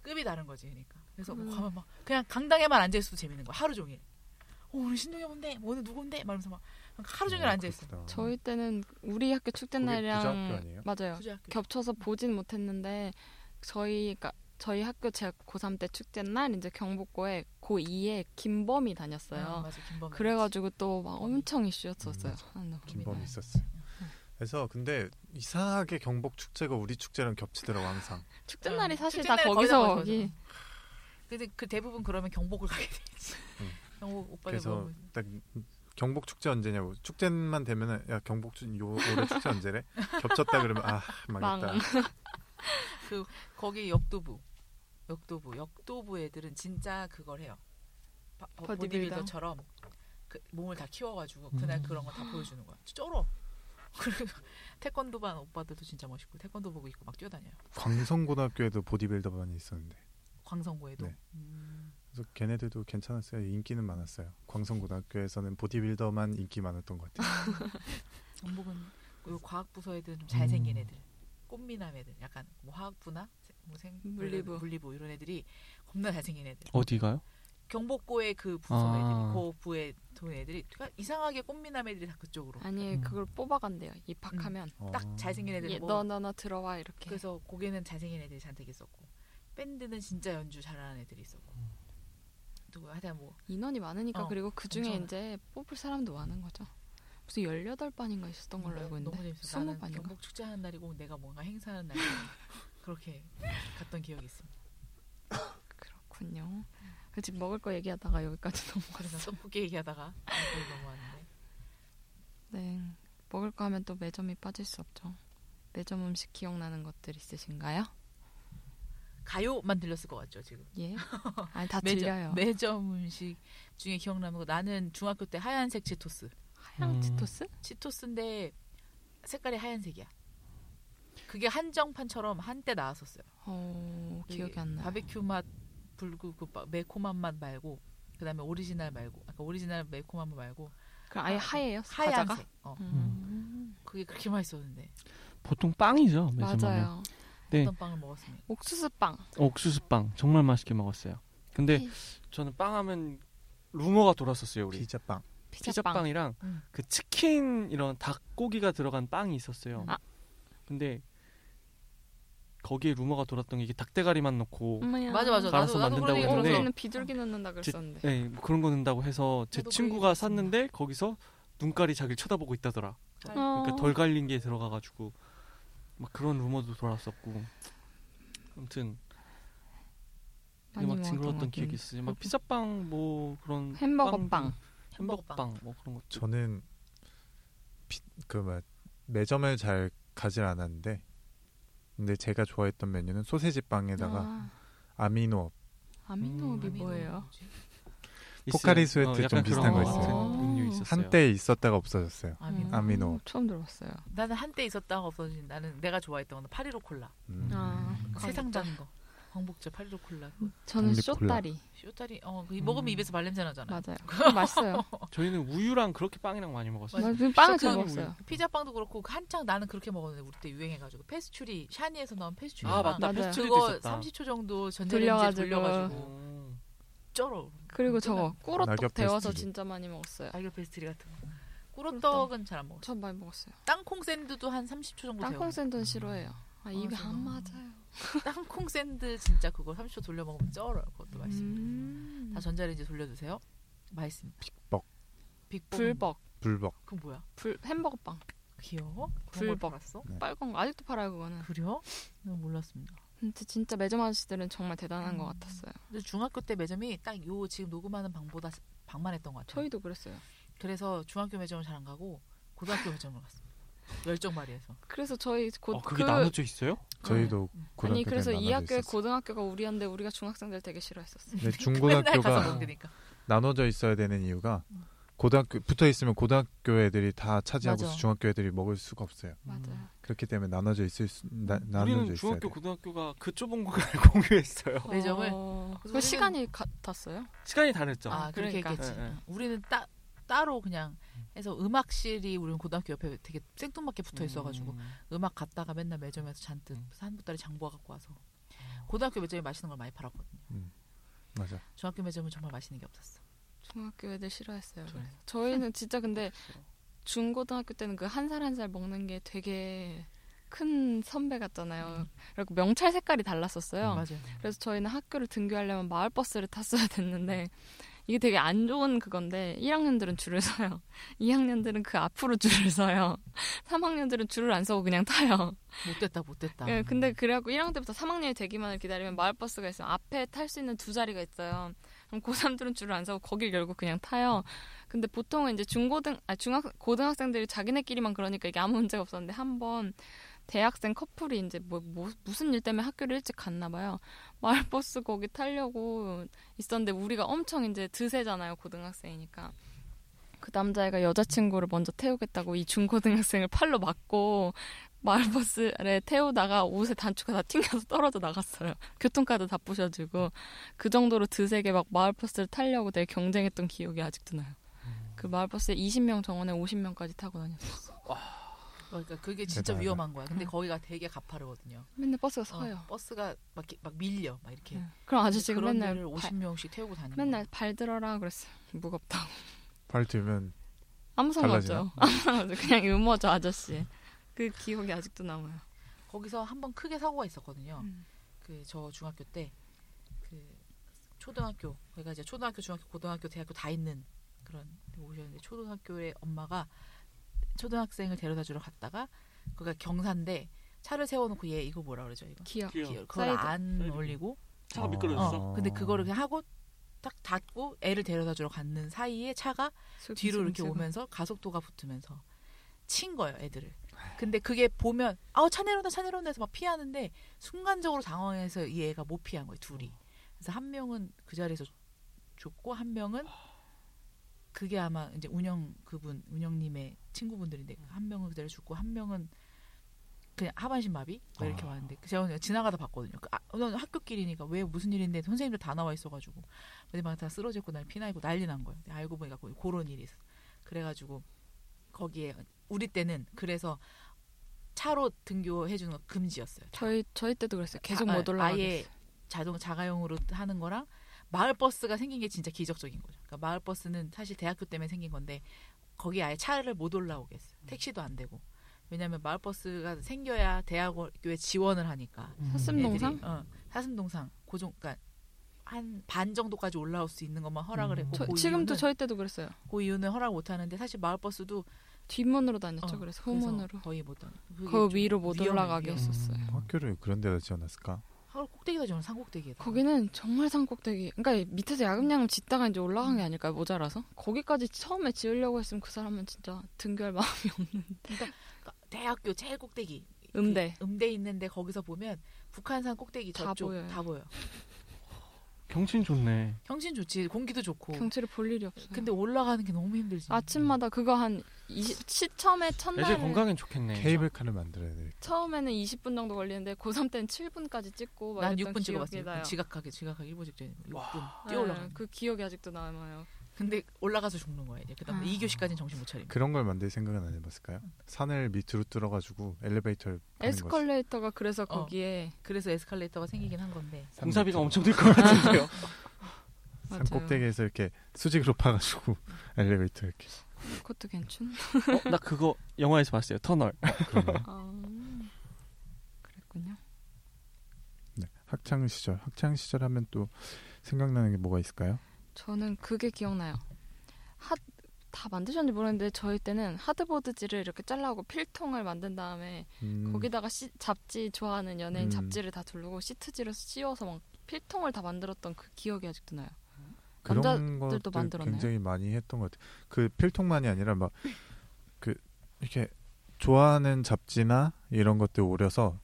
Speaker 4: 급이 다른 거지 그러니까. 그래서
Speaker 1: 음.
Speaker 4: 뭐 가면 막 그냥 강당에만 앉아 있어도 재밌는 거 하루 종일. 어, 오늘 신동엽 온대, 뭐 오늘 누구 온대, 말면서 막 하루 종일
Speaker 2: 어,
Speaker 4: 앉아 있어.
Speaker 2: 그렇구나.
Speaker 1: 저희 때는 우리 학교 축제
Speaker 2: 거기 부자
Speaker 1: 날이랑
Speaker 2: 학교 아니에요?
Speaker 1: 맞아요.
Speaker 4: 부자학교.
Speaker 1: 겹쳐서 보진 못했는데 저희 그러니까 저희 학교 제 고3 때 축제 날 이제 경복고에 고2에 김범이
Speaker 4: 아,
Speaker 1: 다녔어요.
Speaker 4: 맞아, 김범.
Speaker 1: 그래가지고 또 막 엄청 이슈였었어요.
Speaker 2: 음,
Speaker 1: 아, 너.
Speaker 2: 김범이 있었어요.
Speaker 4: 음.
Speaker 2: 그래서 근데 이상하게 경복 축제가 우리 축제랑 겹치더라고 항상.
Speaker 1: 축제 날이
Speaker 4: 어,
Speaker 1: 사실
Speaker 4: 축제
Speaker 1: 다
Speaker 4: 날이
Speaker 1: 아, 거기서
Speaker 4: 거기다
Speaker 1: 거기
Speaker 4: 거기잖아. 근데 그 대부분 그러면 경복을 가게 돼 있지. [laughs]
Speaker 2: 음.
Speaker 4: 경복 오빠들
Speaker 2: 그래서
Speaker 4: 보면
Speaker 2: 딱 경복 축제 언제냐고 축제만 되면은 야 경복 축 요, 올해 축제
Speaker 4: [laughs]
Speaker 2: 언제래? 겹쳤다 그러면 아 망했다.
Speaker 1: 망.
Speaker 4: 거기 역도부 역도부 역도부 애들은 진짜 그걸 해요 바- 버-
Speaker 1: 버디빌더? 음.
Speaker 4: 버디빌더처럼 그 몸을 다 키워가지고 그날 그런 거 다 보여주는 거야 쩔어 [laughs] 그리고 태권도반 오빠들도 진짜 멋있고 태권도 보고 있고 막 뛰어다녀요
Speaker 2: 광성고등학교에도 보디빌더반이 있었는데.
Speaker 4: 광성고에도
Speaker 2: 네.
Speaker 4: 음,
Speaker 2: 그래서 걔네들도 괜찮았어요. 인기는 많았어요. 광성고등학교에서는 보디빌더만 인기 많았던 것 같아요.
Speaker 4: 전북은 그 과학부서 애들은 좀 잘생긴
Speaker 3: 음.
Speaker 4: 애들 꽃미남 애들 약간 뭐 화학부나 세- 뭐 생,
Speaker 1: 물리부.
Speaker 4: 물리부 이런 애들이 겁나 잘생긴 애들
Speaker 3: 어디가요?
Speaker 4: 경복고의 그 부서
Speaker 3: 아.
Speaker 4: 애들이 그 부의 돈 애들이 그러니까 이상하게 꽃미남 애들이 다 그쪽으로
Speaker 1: 아니 그걸 뽑아간대요. 입학하면
Speaker 2: 어.
Speaker 4: 딱 잘생긴 애들
Speaker 1: 예,
Speaker 4: 뭐
Speaker 1: 너너 너 들어와 이렇게.
Speaker 4: 그래서 곡에는 잘생긴 애들이 잔뜩 있었고 밴드는 진짜 연주 잘하는 애들이 있었고 누구 하여튼 뭐
Speaker 1: 인원이 많으니까
Speaker 4: 어,
Speaker 1: 그리고 그 중에
Speaker 4: 엄청나요.
Speaker 1: 이제 뽑을 사람도 많은 거죠. 무슨 18반인가 있었던 걸로 알고
Speaker 4: 네, 너무
Speaker 1: 있는데
Speaker 4: 재밌어 나는
Speaker 1: 20반인가?
Speaker 4: 경복 축제하는 날이 고 내가 뭔가 행사하는 날 [laughs] 그렇게 갔던 기억이 있습니다
Speaker 1: 그렇군요.
Speaker 4: 음.
Speaker 1: 그 지금 먹을 거 얘기하다가 여기까지 [laughs]
Speaker 4: 그래서
Speaker 1: 넘어갔어.
Speaker 4: 떡볶이 얘기하다가 거기 넘어왔는데
Speaker 1: 네. 먹을 거 하면 또 매점이 빠질 수 없죠. 매점 음식 기억나는 것들 있으신가요?
Speaker 4: 가요만 들렸을 것 같죠 지금 [laughs]
Speaker 1: 예. 아니 다 들려요.
Speaker 4: 매점, 네. 매점 음식 중에 기억나는 거 나는 중학교 때 하얀색 치토스
Speaker 1: 하양
Speaker 3: 음.
Speaker 1: 치토스?
Speaker 4: 치토스인데 색깔이 하얀색이야 그게 한정판처럼 한때 나왔었어요
Speaker 1: 어,
Speaker 4: 그
Speaker 1: 기억이 안 나요.
Speaker 4: 바베큐 맛 불고 그 바- 매콤한 맛 말고 그다음에 오리지널 말고 아까 오리지널 매콤한 맛 말고
Speaker 1: 그럼 아예 하얘요?
Speaker 4: 하얀색.
Speaker 1: 과자가?
Speaker 4: 어.
Speaker 1: 음.
Speaker 4: 그게 그렇게 맛있었는데
Speaker 3: 보통 빵이죠. 매점 하면.
Speaker 1: 맞아요.
Speaker 3: 네.
Speaker 4: 어떤 빵을 먹었습니까?
Speaker 1: 옥수수빵.
Speaker 3: 옥수수빵 정말 맛있게 먹었어요. 근데
Speaker 1: 피-
Speaker 3: 저는 빵 하면 루머가 돌았었어요. 우리
Speaker 2: 피자빵.
Speaker 1: 피자빵.
Speaker 3: 피자빵이랑
Speaker 4: 음.
Speaker 3: 그 치킨 이런 닭고기가 들어간 빵이 있었어요.
Speaker 1: 아.
Speaker 3: 근데 거기에 루머가 돌았던 게 이게 닭대가리만 넣고
Speaker 1: 음, 어머야.
Speaker 4: 맞아 맞아. 나도
Speaker 3: 갈아서
Speaker 4: 나도 그런
Speaker 3: 만든다고
Speaker 4: 얘기
Speaker 1: 어,
Speaker 3: 그러는데.
Speaker 4: 들었어.
Speaker 1: 우리는 비둘기 넣는다 그랬었는데.
Speaker 3: 네, 뭐 그런 거 넣는다고 해서 제
Speaker 4: 저도 그
Speaker 3: 친구가
Speaker 4: 얘기 들었습니다.
Speaker 3: 샀는데 거기서 눈깔이 자기를 쳐다보고 있다더라.
Speaker 4: 어.
Speaker 3: 그러니까 덜 갈린 게 들어가가지고 막 그런 루머도 돌았었고. 아무튼 되게 막뭐 징그러웠던 기억이 있어요. 막 피자빵 뭐 그런
Speaker 1: 햄버거 빵. 아,
Speaker 3: 햄버거빵 뭐 그런 것.
Speaker 2: 저는 피- 그 뭐야, 매점을 잘 가질 않았는데 근데 제가 좋아했던 메뉴는 소세지 빵에다가
Speaker 1: 아,
Speaker 2: 아미노
Speaker 1: 아미노업이
Speaker 3: 음.
Speaker 1: 뭐예요?
Speaker 2: 포카리
Speaker 3: 있어요.
Speaker 2: 스웨트
Speaker 3: 어,
Speaker 2: 좀
Speaker 3: 약간
Speaker 2: 비슷한
Speaker 3: 그런
Speaker 1: 거 있어요.
Speaker 3: 같은 음료 있었어요.
Speaker 2: 한때 있었다가 없어졌어요.
Speaker 4: 아미노.
Speaker 2: 아. 아미노.
Speaker 1: 처음 들어봤어요.
Speaker 4: 나는 한때 있었다가 없어진. 나는 내가 좋아했던 거는 파리로 콜라.
Speaker 2: 음.
Speaker 1: 아,
Speaker 3: 그러니까.
Speaker 4: 세상 작은 거. 광복절 파리로 콜라.
Speaker 1: 음.
Speaker 4: 그
Speaker 1: 저는
Speaker 2: 독립 콜라.
Speaker 1: 쇼다리
Speaker 4: 쇼다리. 어, 그 먹으면
Speaker 3: 음.
Speaker 4: 입에서 말냄새 나잖아.
Speaker 1: 맞아요.
Speaker 4: [laughs]
Speaker 1: 그거 맛있어요.
Speaker 3: 저희는 우유랑 그렇게 빵이랑 많이 먹었어요.
Speaker 1: 맞아요. 빵을
Speaker 4: 그
Speaker 1: 잘 먹었어요.
Speaker 4: 피자빵도 그렇고 그 한창 나는 그렇게 먹었는데 우리 때 유행해가지고 페스츄리 샤니에서 나온 페스츄리.
Speaker 3: 아
Speaker 4: 빵.
Speaker 3: 맞다.
Speaker 1: 맞아요.
Speaker 3: 페스츄리도
Speaker 4: 그거
Speaker 3: 있었다.
Speaker 4: 30초 정도 전자레인지에
Speaker 1: 돌려가지고.
Speaker 4: 돌려가지고
Speaker 3: 어.
Speaker 4: 쩔어.
Speaker 1: 그리고 저거
Speaker 2: 낙엽
Speaker 1: 꼬로떡 데워서
Speaker 2: 페스티벌.
Speaker 1: 진짜 많이 먹었어요.
Speaker 4: 날개 페스트리 같은 거.
Speaker 1: 꿀떡.
Speaker 4: 꾸로떡은 잘 안 먹어.
Speaker 1: 전 많이 먹었어요.
Speaker 4: 땅콩 샌드도 한 30초 정도 돼요.
Speaker 1: 땅콩 샌드는 싫어해요. 아, 입이
Speaker 4: 뭐 맞아.
Speaker 1: 안 맞아요.
Speaker 4: [laughs] 땅콩 샌드 진짜 그거 30초 돌려 먹으면 쩔어요. 그것도 맛있어요.
Speaker 1: 음.
Speaker 4: 다 전자레인지 돌려주세요. 맛있습니다.
Speaker 2: 빅벅.
Speaker 4: 빅벅.
Speaker 1: 불벅,
Speaker 2: 불벅
Speaker 4: 그건 뭐야?
Speaker 1: 불 햄버거 빵
Speaker 4: 귀여워?
Speaker 1: 불벅.
Speaker 4: 불벅. 알았어?
Speaker 1: 빨간 거 아직도 팔아요 그거는.
Speaker 4: 그래요? 난 몰랐습니다.
Speaker 1: 진짜 진짜 매점 아저씨들은 정말 대단한 것 같았어요.
Speaker 4: 근데 중학교 때 매점이 딱 요 지금 녹음하는 방보다 방만 했던 것 같아요.
Speaker 1: 저희도 그랬어요.
Speaker 4: 그래서 중학교 매점을 잘 안 가고 고등학교 매점을 갔어요. 열정 말이에서.
Speaker 1: 그래서 저희 곧
Speaker 3: 어, 그게
Speaker 1: 그-
Speaker 3: 나눠져 있어요?
Speaker 2: 저희도
Speaker 4: 음.
Speaker 2: 고등학교
Speaker 1: 아니
Speaker 2: 때
Speaker 1: 그래서 이
Speaker 2: 나눠져
Speaker 1: 학교에
Speaker 2: 있었어요.
Speaker 1: 고등학교가 우리한데 우리가 중학생들 되게 싫어했었어요. [laughs]
Speaker 2: 근데
Speaker 4: 맨날 가서
Speaker 2: 중고등학교가
Speaker 4: 먹으니까.
Speaker 2: 나눠져 있어야 되는 이유가
Speaker 4: 음.
Speaker 2: 고등학교 붙어 있으면 고등학교 애들이 다 차지하고
Speaker 4: 맞아.
Speaker 2: 중학교 애들이 먹을 수가 없어요.
Speaker 1: 맞아요.
Speaker 2: 그렇기 때문에 나눠져 있을 수, 나, 나눠져
Speaker 3: 우리는
Speaker 2: 있어야
Speaker 3: 중학교
Speaker 2: 돼요.
Speaker 3: 고등학교가 그 좁은 공간을 [laughs] 공유했어요.
Speaker 4: 매점을?
Speaker 1: 어... 그
Speaker 4: 그래서 우리는-
Speaker 1: 시간이 같았어요.
Speaker 3: 시간이 다르죠.
Speaker 4: 아, 그렇게
Speaker 1: 그러니까.
Speaker 4: 했겠지.
Speaker 3: 예, 예.
Speaker 4: 우리는 따, 따로 그냥 해서 음악실이 우리는 고등학교 옆에 되게 생뚱맞게 붙어 있어가지고
Speaker 3: 음.
Speaker 4: 음악 갔다가 맨날 매점에서 잔뜩
Speaker 3: 음.
Speaker 4: 한 보따리 장보아 갖고 와서 고등학교 매점이 맛있는 걸 많이 팔았거든요.
Speaker 2: 맞아.
Speaker 4: 중학교 매점은 정말 맛있는 게 없었어.
Speaker 1: 중학교 애들 싫어했어요.
Speaker 3: 저-
Speaker 1: 그래서 저희는 진짜 근데 중고등학교 때는 그 한 살 한 살 먹는 게 되게 큰 선배
Speaker 2: 음.
Speaker 1: 같잖아요. 그리고 명찰 색깔이 달랐었어요.
Speaker 4: 맞아요.
Speaker 1: 그래서 저희는 학교를 등교하려면 마을 버스를 탔어야 됐는데 이게 되게 안 좋은 그건데 1학년들은 줄을 서요. [laughs] 2학년들은 그 앞으로 줄을 서요. 3학년들은 줄을 안 서고 그냥 타요.
Speaker 4: 못됐다 못됐다.
Speaker 1: 예, 근데 그래갖고 1학년 때부터 3학년이 되기만을 기다리면 마을 버스가 있어요. 앞에 탈 수 있는 두 자리가 있어요. 그럼 고3들은 줄을 안 서고 거길 열고 그냥 타요. 근데 보통은 이제 중고등 아 중학 고등학생들이 자기네끼리만 그러니까 이게 아무 문제가 없었는데 한 번 대학생 커플이 이제 뭐, 뭐- 무슨 일 때문에 학교를 일찍 갔나 봐요. 마을 버스 거기 타려고 있었는데 우리가 엄청 이제 드세잖아요 고등학생이니까. 그 남자애가 여자친구를 먼저 태우겠다고 이 중고등학생을 팔로 맞고 마을버스에 태우다가 옷에 단추가 다 튕겨서 떨어져 나갔어요. [laughs] 교통카드 다 부셔지고 그 정도로 드세게 막 마을버스를 타려고 되게 경쟁했던 기억이 아직도 나요.
Speaker 4: 음.
Speaker 1: 그 마을버스에 20명 정원에 50명까지 타고 다녔어요.
Speaker 4: 그러니까 그게 진짜
Speaker 2: 대단하다.
Speaker 4: 위험한 거야. 근데 거기가 되게 가파르거든요.
Speaker 1: 맨날 버스가
Speaker 4: 어,
Speaker 1: 서요.
Speaker 4: 버스가 막, 이렇게 막 밀려 막 이렇게.
Speaker 1: 네. 그럼 아저씨가
Speaker 4: 예. 그런
Speaker 1: 맨날
Speaker 4: 데를
Speaker 1: 발,
Speaker 4: 50명씩 태우고 다니는
Speaker 1: 맨날 발 들어라 그랬어요. 무겁다고.
Speaker 4: [laughs]
Speaker 2: 발 들면
Speaker 1: 음. 아무 상관없죠.
Speaker 2: 달라지나?
Speaker 1: 아무 상관없죠. 그냥 유머죠 아저씨. 그 기억이 아직도 남아요.
Speaker 4: 거야. 거기서 한 번 크게 사고가 있었거든요.
Speaker 1: 음.
Speaker 4: 그 저 중학교 때 그 초등학교 그러니까 이제 초등학교 중학교 고등학교 대학교 다 있는 그런 데 오셨는데 초등학교에 엄마가 초등학생을 데려다 주러 갔다가 그가 경사인데 차를 세워놓고 얘 이거 뭐라 그러죠 이거
Speaker 1: 기억.
Speaker 3: 귀여워.
Speaker 4: 그걸
Speaker 1: 사이드.
Speaker 4: 안
Speaker 3: 사이드.
Speaker 4: 올리고
Speaker 3: 차가
Speaker 2: 어.
Speaker 3: 미끄러졌어.
Speaker 4: 어, 근데 그거를 그냥 하고 딱 닫고 애를 데려다 주러 갔는 사이에 차가 뒤로 이렇게 오면서 가속도가 붙으면서 친 거예요 애들을 근데 그게 보면 아차 내려온다 차 내려온다 해서 막 피하는데 순간적으로 당황해서 이 애가 못 피한 거예요 둘이 그래서 한 명은 그 자리에서 죽고 한 명은 그게 아마 이제 운영 그분 운영님의 친구분들인데 한 명은 그 자리에 죽고 한 명은 그냥 하반신 마비 막 이렇게
Speaker 2: 아.
Speaker 4: 왔는데 그 제가 지나가다 봤거든요. 그 아, 저는 학교길이니까 왜 무슨 일인데 선생님들 다 나와 있어가지고 근데 막다 쓰러졌고 날 피나 있고 난리 난 거예요. 근데 알고 보니까 거- 그런 일이 있어. 그래가지고 거기에 우리 때는 그래서 차로 등교해 주는 거 금지였어요.
Speaker 1: 저희 저희 때도 그랬어요. 계속
Speaker 4: 아,
Speaker 1: 못
Speaker 4: 아,
Speaker 1: 올라가게.
Speaker 4: 아예 자동 자가용으로 하는 거랑 마을 버스가 생긴 게 진짜 기적적인 거죠. 그러니까 마을
Speaker 1: 음.
Speaker 4: 버스는 사실 대학교 때문에 생긴 건데 거기 아예 차를 못 올라오겠어요. 택시도 안 되고 왜냐하면 마을버스가 생겨야 대학교에 지원을 하니까
Speaker 1: 사슴 농상?
Speaker 4: 애들이, 어, 사슴동상 고정 그러니까 한 반 정도까지 올라올 수 있는 것만 허락을
Speaker 3: 음.
Speaker 4: 했고
Speaker 1: 저,
Speaker 4: 그
Speaker 1: 지금도
Speaker 4: 이유는-
Speaker 1: 저희 때도 그랬어요.
Speaker 4: 그 이유는 허락 못 하는데 사실 마을버스도
Speaker 1: 뒷문으로 다녔죠.
Speaker 4: 어,
Speaker 1: 그래서
Speaker 4: 그래서
Speaker 1: 후문으로.
Speaker 4: 거의 못 하는 그게
Speaker 1: 그
Speaker 4: 좀
Speaker 1: 위로 못
Speaker 4: 위험해,
Speaker 1: 올라가게
Speaker 4: 위험해.
Speaker 1: 했었어요.
Speaker 2: 학교를 그런 데다 지어놨을까?
Speaker 4: 서울 꼭대기다 저는 산꼭대기에다
Speaker 1: 거기는 정말 산꼭대기. 그러니까 밑에서 야금야금 짓다가 이제 올라간
Speaker 4: 음.
Speaker 1: 게 아닐까요? 모자라서. 거기까지 처음에 지으려고 했으면 그 사람은 진짜 등교할 마음.
Speaker 4: [laughs] 그러니까 대학교 제일 꼭대기
Speaker 1: 음대.
Speaker 4: 그 음대 있는데 거기서 보면 북한산 꼭대기
Speaker 1: 다
Speaker 4: 저쪽
Speaker 1: 보여요.
Speaker 4: 다 보여
Speaker 3: 경치는 좋네.
Speaker 4: 형신 좋지 공기도 좋고
Speaker 1: 경치를 볼 일이 없어요.
Speaker 4: 뭐 근데 올라가는 게 너무 힘들지
Speaker 1: 아침마다 그거 한20 시점에
Speaker 3: 애들
Speaker 1: 첫날
Speaker 3: 건강엔 좋겠네.
Speaker 2: 케이블카를 만들어야 돼.
Speaker 1: 처음에는 20분 정도 걸리는데 고3 때는 7분까지 찍고 막
Speaker 4: 난
Speaker 1: 이랬던 기억이
Speaker 4: 6분 찍어봤어요
Speaker 1: 나요.
Speaker 4: 지각하게 지각하게 일보 직전에 6분
Speaker 1: 네,
Speaker 4: 뛰어올라가
Speaker 1: 그 기억이 아직도 남아요.
Speaker 4: 근데 올라가서 죽는 거야 이제 그다음
Speaker 1: 아.
Speaker 4: 2교시까지는 정신 못 차림
Speaker 2: 그런 걸 만들 생각은 안 해봤을까요? 산을 밑으로 뚫어가지고 엘리베이터를 파는 거였어요.
Speaker 1: 에스컬레이터가 그래서 거기에
Speaker 4: 그래서 에스컬레이터가 생기긴 한 건데
Speaker 2: 산
Speaker 3: 공사비가
Speaker 2: 밑으로.
Speaker 3: 엄청 들 것
Speaker 2: 산
Speaker 3: 같은데요.
Speaker 2: 어.
Speaker 1: 맞아요. 음.
Speaker 2: 꼭대기에서 이렇게 수직으로 파가지고 [laughs] 엘리베이터 이렇게
Speaker 1: 그것도 괜찮.
Speaker 3: 어, 나 그거 영화에서 봤어요. 터널.
Speaker 2: 그러네요.
Speaker 1: 아, 그랬군요.
Speaker 2: 네. 학창 시절 학창 시절 하면 또 생각나는 게 뭐가 있을까요?
Speaker 1: 저는 그게 기억나요. 하, 다 만드셨는지 모르겠는데 저희 때는 하드보드지를 이렇게 잘라오고 필통을 만든 다음에
Speaker 2: 음,
Speaker 1: 거기다가 시- 잡지 좋아하는 연예인
Speaker 2: 음.
Speaker 1: 잡지를 다 두르고 시트지로 씌워서 막 필통을 다 만들었던 그 기억이 아직도 나요.
Speaker 2: 그런
Speaker 1: 남자들도
Speaker 2: 것도
Speaker 1: 만들었나요?
Speaker 2: 굉장히 많이 했던 것 같아요. 그 필통만이 아니라 막 그 이렇게 좋아하는 잡지나 이런 것들 오려서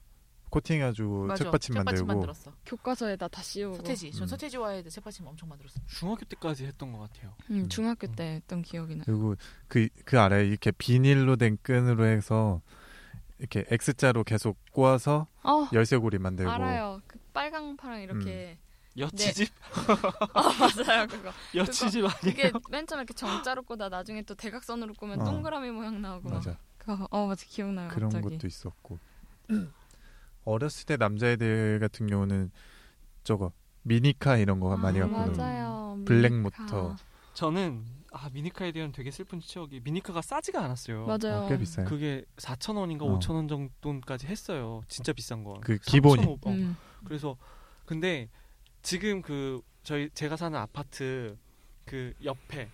Speaker 2: 코팅해가지고 책받침 만들고
Speaker 4: 만들었어
Speaker 1: 교과서에다 다 씌우고
Speaker 4: 서태지 전
Speaker 2: 음.
Speaker 4: 서태지 와야 돼 책받침 엄청 만들었어 [laughs]
Speaker 3: 중학교 때까지 했던 것 같아요.
Speaker 1: 음,
Speaker 2: 음.
Speaker 1: 중학교 때 했던 기억이 나요.
Speaker 2: 그리고 그, 그 아래 이렇게 비닐로 된 끈으로 해서 이렇게 X자로 계속 꼬아서
Speaker 1: 어,
Speaker 2: 열쇠고리 만들고
Speaker 1: 알아요. 그 빨강 파랑 이렇게
Speaker 2: 음.
Speaker 1: [laughs]
Speaker 3: 여치집?
Speaker 1: 아 맞아요 그거.
Speaker 3: 여치집 아니에요?
Speaker 1: 그게 맨 처음에 이렇게 정자로 꼬다 나중에 또 대각선으로 꼬면
Speaker 2: 어.
Speaker 1: 동그라미 모양 나오고 막.
Speaker 2: 맞아
Speaker 1: 그거 어 맞아 기억나요
Speaker 2: 그런
Speaker 1: 갑자기.
Speaker 2: 것도 있었고 [clears throat] 어렸을 때 남자애들 같은 경우는 저거 미니카 이런 거 많이
Speaker 1: 아,
Speaker 2: 갖고 놀고
Speaker 1: 맞아요.
Speaker 2: 블랙
Speaker 1: 미니카.
Speaker 2: 모터. 어,
Speaker 3: 저는 아 미니카에 대한 되게 슬픈 추억이 미니카가 싸지가 않았어요.
Speaker 1: 맞아요. 음.
Speaker 2: 어, 꽤 비싸요
Speaker 3: 그게 4천 원인가
Speaker 2: 어.
Speaker 3: 5천 원 정도까지 했어요. 진짜 비싼 거. 어.
Speaker 2: 그 기본이.
Speaker 1: 음.
Speaker 3: 그래서 근데 지금 그 저희 제가 사는 아파트 그 옆에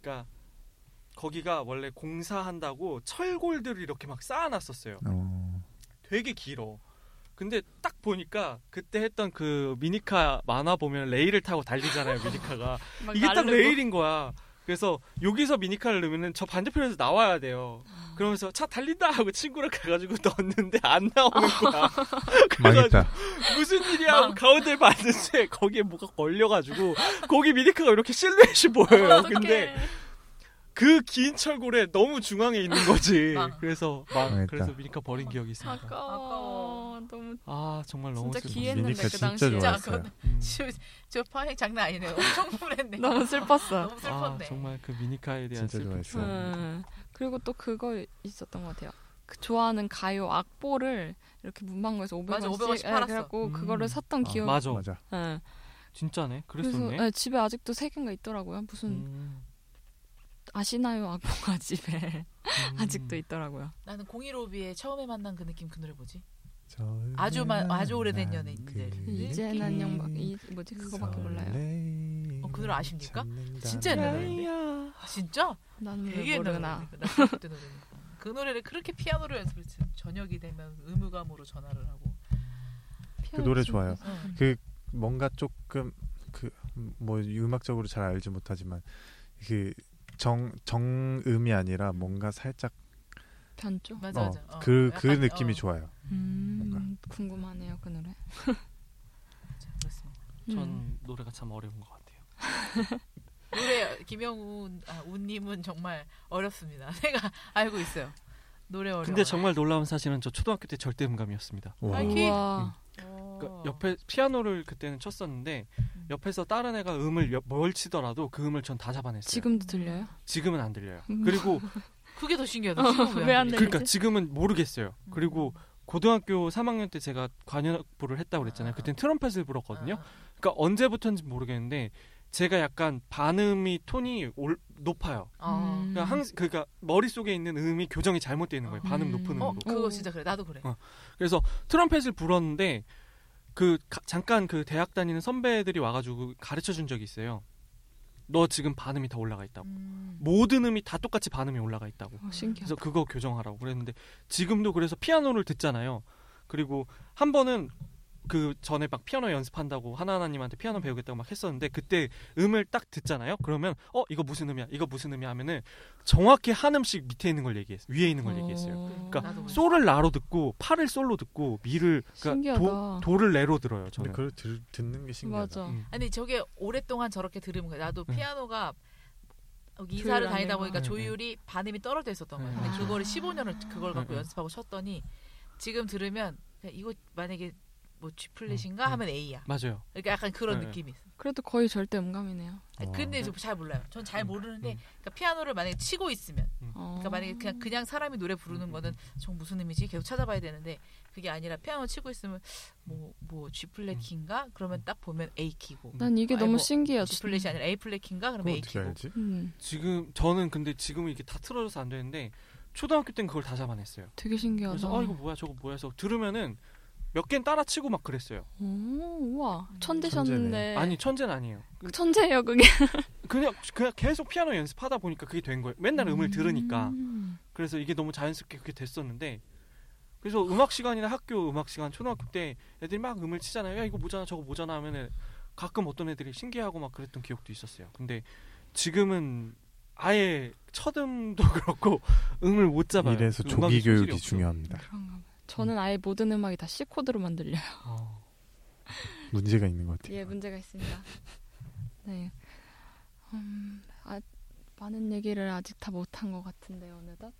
Speaker 3: 그러니까 거기가 원래 공사한다고 철골들을 이렇게 막 쌓아놨었어요.
Speaker 2: 어,
Speaker 3: 되게 길어. 근데 딱 보니까 그때 했던 그 미니카 만화 보면 레일을 타고 달리잖아요 미니카가
Speaker 1: 막
Speaker 3: 이게 딱
Speaker 1: 날르고.
Speaker 3: 레일인 거야. 그래서 여기서 미니카를 넣으면은 저 반대편에서 나와야 돼요. 그러면서 차 달린다 하고 친구랑 가가지고 [laughs] 넣었는데 안 나오는
Speaker 1: [laughs]
Speaker 3: 거야.
Speaker 2: 망했다
Speaker 3: 무슨 일이야 하고 가운데 봤는데 거기에 뭐가 걸려가지고 거기 미니카가 이렇게 실루엣이 보여요. 근데
Speaker 1: 어떡해.
Speaker 3: 그 긴 철골에 너무 중앙에 있는
Speaker 1: [laughs]
Speaker 3: 거지.
Speaker 4: 아.
Speaker 3: 그래서 막
Speaker 2: 망했다.
Speaker 3: 그래서 미니카 버린 기억이 있습니다.
Speaker 1: 아까워.
Speaker 4: 아까워.
Speaker 1: 너무
Speaker 3: 아 정말 너무
Speaker 1: 진짜
Speaker 3: 슬픈
Speaker 1: [laughs] 기회는-
Speaker 2: 미니카
Speaker 1: 그
Speaker 2: 진짜
Speaker 1: 당시에.
Speaker 2: 좋아했어요
Speaker 4: 진짜
Speaker 3: 음.
Speaker 4: 저, 저 파행 장난 아니네 엄청 불했네
Speaker 1: 너무 슬펐어.
Speaker 4: [laughs] 너무
Speaker 3: 아
Speaker 4: 슬펐네
Speaker 3: 정말 그 미니카에 대한
Speaker 2: 진짜
Speaker 3: 슬픔.
Speaker 2: 좋아했어요
Speaker 1: 음. 그리고 또 그거 있었던 것 같아요. 그 좋아하는 가요 악보를 이렇게 문방구에서 500원씩, 예,
Speaker 4: 맞아, 500 원씩 팔았어.
Speaker 1: 그래갖고
Speaker 3: 음.
Speaker 1: 그거를 샀던
Speaker 2: 아,
Speaker 1: 기억.
Speaker 3: 맞아.
Speaker 2: 맞아
Speaker 1: 예.
Speaker 3: 진짜네.
Speaker 1: 그래서
Speaker 3: 그랬었네.
Speaker 1: 예, 집에 아직도 세 개가 있더라고요. 무슨
Speaker 3: 음.
Speaker 1: 아시나요 악보가 [laughs] 집에
Speaker 3: 음.
Speaker 1: 아직도 있더라고요.
Speaker 4: 나는 공일오비에 처음에 만난 그 느낌 그 노래 뭐지
Speaker 2: 아주
Speaker 4: 아주 마- 아주
Speaker 2: 아주
Speaker 4: 오래된
Speaker 2: 오래된
Speaker 4: 연예인들.
Speaker 2: 연예인들
Speaker 1: 이제 난 영박 이 뭐지 그거밖에 몰라요.
Speaker 2: 몰라요
Speaker 4: 어, 그 노래 아십니까? 진짜
Speaker 2: 진짜
Speaker 4: 옛날
Speaker 2: 옛날
Speaker 4: 노래인데. 진짜
Speaker 1: 나는 왜
Speaker 4: 되게
Speaker 1: 음, 모르나.
Speaker 4: 옛날 노래니까, 나 중학교 때 노래니까 그 노래를 그렇게 피아노로 연습했지 저녁이 되면 의무감으로 전화를 하고
Speaker 2: 그 노래 좋아요.
Speaker 4: 어.
Speaker 1: 음.
Speaker 2: 그 뭔가 조금 그 뭐 음악적으로 잘 알지 못하지만 그 정 정음이 아니라 뭔가 살짝
Speaker 1: 변조.
Speaker 4: 맞아
Speaker 2: 어
Speaker 4: 맞아
Speaker 2: 그
Speaker 4: 어,
Speaker 2: 그
Speaker 4: 약간,
Speaker 2: 느낌이
Speaker 4: 어,
Speaker 2: 좋아요.
Speaker 1: 음, 궁금하네요 그 노래.
Speaker 4: 자, 그렇습니다
Speaker 3: 전
Speaker 1: 음.
Speaker 3: 노래가 참 어려운 것 같아요.
Speaker 4: 노래 김영훈 아, 운님은 정말 어렵습니다 [laughs] 제가 알고 있어요 노래 어려워
Speaker 3: 근데 정말 놀라운 사실은 저 초등학교 때 절대음감이었습니다.
Speaker 2: 와.
Speaker 4: 아니,
Speaker 1: 우와. 어.
Speaker 3: 그러니까 옆에 피아노를 그때는 쳤었는데
Speaker 4: 음.
Speaker 3: 옆에서 다른 애가 음을 여- 뭘 치더라도 그 음을 전 다 잡아냈어요.
Speaker 1: 지금도 들려요?
Speaker 3: 지금은안 들려요.
Speaker 1: 음. [laughs] 네.
Speaker 3: 그리고
Speaker 4: 그게 더 신기하다 네. 지금
Speaker 1: 어, 왜안
Speaker 4: 왜안
Speaker 1: 들려?
Speaker 3: 그러니까 지금은 모르겠어요.
Speaker 4: 음.
Speaker 3: 그리고 고등학교 3학년 때
Speaker 1: 아.
Speaker 3: 제가 관현악보를 했다고 그랬잖아요. 그땐 트럼펫을 불었거든요. 그러니까 언제부터인지 모르겠는데 제가 약간 반음이 톤이 올, 높아요.
Speaker 1: 음.
Speaker 4: 어.
Speaker 3: 그러니까, 항, 그러니까 머릿속에 있는 음이 교정이 잘못되어 있는 거예요. 반음
Speaker 1: 음.
Speaker 3: 높은 음으로.
Speaker 4: 어, 그거
Speaker 1: 오.
Speaker 4: 진짜 그래. 나도 그래.
Speaker 3: 어. 그래서 트럼펫을 불었는데 그 가- 잠깐 그 대학 다니는 선배들이 와가지고 가르쳐 준 적이 있어요. 너 지금 반음이 다 올라가 있다고.
Speaker 4: 음.
Speaker 3: 모든 음이 다 똑같이 반음이 올라가 있다고.
Speaker 1: 어, 신기하다.
Speaker 3: 그래서 그거 교정하라고 그랬는데 지금도 그래서 피아노를 듣잖아요. 그리고 한 번은 그 전에 막 피아노 연습한다고 하나하나님한테 피아노 배우겠다고 막 했었는데 그때 음을 딱 듣잖아요. 그러면 어 이거 무슨 음이야? 이거 무슨 음이야? 하면은 정확히 한 음씩 밑에 있는 걸 얘기했어요. 위에 있는 걸 얘기했어요.
Speaker 4: 그러니까
Speaker 1: 어,
Speaker 4: 나도 그래.
Speaker 3: 솔을 라로 듣고 파를 솔로 듣고 미를 그러니까
Speaker 1: 신기하다.
Speaker 3: 도, 도를 레로 들어요.
Speaker 2: 근데
Speaker 3: 저는
Speaker 2: 그걸 들, 듣는 게 신기하다.
Speaker 1: 맞아.
Speaker 3: 음.
Speaker 4: 아니 저게 오랫동안 저렇게 들으면 그래. 나도
Speaker 3: 응.
Speaker 4: 피아노가 여기 이사를
Speaker 1: 조율 안
Speaker 4: 다니다
Speaker 1: 되나?
Speaker 4: 보니까
Speaker 3: 응, 응.
Speaker 4: 조율이 반음이 떨어져 있었던 거야.
Speaker 3: 네, 응,
Speaker 4: 근데
Speaker 1: 응.
Speaker 4: 그거를 15년을 그걸 갖고
Speaker 3: 응, 응.
Speaker 4: 연습하고 쳤더니 지금 들으면 그냥 이거 만약에 뭐 G 플랫인가
Speaker 3: 응, 네. 응.
Speaker 4: 하면 A야.
Speaker 3: 맞아요.
Speaker 4: 그러니까 약간 그런
Speaker 3: 응,
Speaker 4: 느낌이 있어.
Speaker 1: 그래도 거의 절대 음감이네요.
Speaker 4: 아니,
Speaker 2: 어.
Speaker 4: 근데 저잘 몰라요. 전 잘
Speaker 3: 응,
Speaker 4: 모르는데
Speaker 3: 응.
Speaker 4: 그러니까 피아노를 만약에 치고 있으면
Speaker 1: 어.
Speaker 4: 그러니까 만약에 그냥 그냥 사람이 노래
Speaker 3: 응,
Speaker 4: 부르는
Speaker 3: 응,
Speaker 4: 거는
Speaker 1: 음,
Speaker 4: 좀 무슨 의미지 계속 찾아봐야 되는데 그게 아니라 피아노 치고 있으면 뭐 뭐 G 플랫 키인가 그러면 딱 보면 A 키고
Speaker 1: 난 이게
Speaker 4: 아니,
Speaker 1: 너무
Speaker 4: 뭐
Speaker 1: 신기해요.
Speaker 4: G 플랫이 아니라 A 플랫인가 그러면
Speaker 2: 그걸
Speaker 4: A
Speaker 2: 어떻게
Speaker 4: 키고
Speaker 2: 알지?
Speaker 1: 음,
Speaker 3: 지금 저는 근데 지금은 이게 다 틀어져서 안 되는데 초등학교 때는 그걸 다 잡아냈어요.
Speaker 1: 되게 신기하다.
Speaker 3: 그래서 아 이거 뭐야 저거 뭐야 해서 들으면은 몇 개는 따라치고 막 그랬어요.
Speaker 1: 오, 우와
Speaker 2: 천재네.
Speaker 1: 천재셨는데.
Speaker 3: 아니 음, 천재는 아니에요.
Speaker 1: 그 천재예요 그게.
Speaker 3: 그냥 그냥 계속 피아노 연습하다 보니까 그게 된 거예요. 맨날 음을 들으니까
Speaker 1: 음.
Speaker 3: 그래서 이게 너무 자연스럽게 그게 됐었는데 그래서 음악 시간이나 학교 음악 시간 초등학교 때 애들이 막 음을 치잖아요. 야 이거 뭐잖아 저거 뭐잖아 하면은 가끔 어떤 애들이 신기해하고 막 그랬던 기억도 있었어요. 근데 지금은 아예 첫음도 [laughs] 그렇고 음을 못 잡아요.
Speaker 2: 이래서
Speaker 3: 그
Speaker 2: 조기
Speaker 3: 음악이 손실이
Speaker 2: 교육이
Speaker 3: 없어.
Speaker 2: 중요합니다.
Speaker 1: 그런가 봐요. 저는 아예 모든 음악이 다 C 코드로 만들려요.
Speaker 3: 어.
Speaker 2: 문제가 있는 것 같아요.
Speaker 1: 예, 문제가
Speaker 4: [laughs]
Speaker 1: 있습니다. 네. 음, 아, 많은 얘기를 아직 다 못한 것 같은데 어느덧
Speaker 4: 아,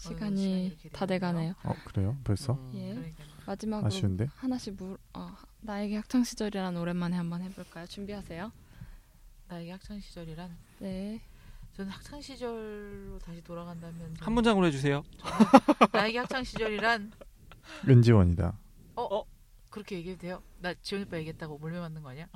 Speaker 4: 시간이
Speaker 1: 시간이
Speaker 4: 이렇게
Speaker 1: 다 돼가네요.
Speaker 2: 어 그래요? 벌써?
Speaker 3: 음.
Speaker 1: 예.
Speaker 4: 그러니까요.
Speaker 1: 마지막으로
Speaker 2: 아쉬운데?
Speaker 1: 하나씩 물, 어, 나에게 학창 시절이란 오랜만에 한번 해볼까요? 준비하세요.
Speaker 4: 나의 학창 시절이란
Speaker 1: 네.
Speaker 4: 저는 학창 시절로 다시 돌아간다면
Speaker 3: 한 문장으로 해주세요.
Speaker 4: 나의 학창 시절이란
Speaker 2: 은지원이다.
Speaker 4: 어,
Speaker 3: 어.
Speaker 4: 그렇게 얘기해도 돼요? 나 지원 오빠 얘기했다고 몰매 맞는 거 아니야?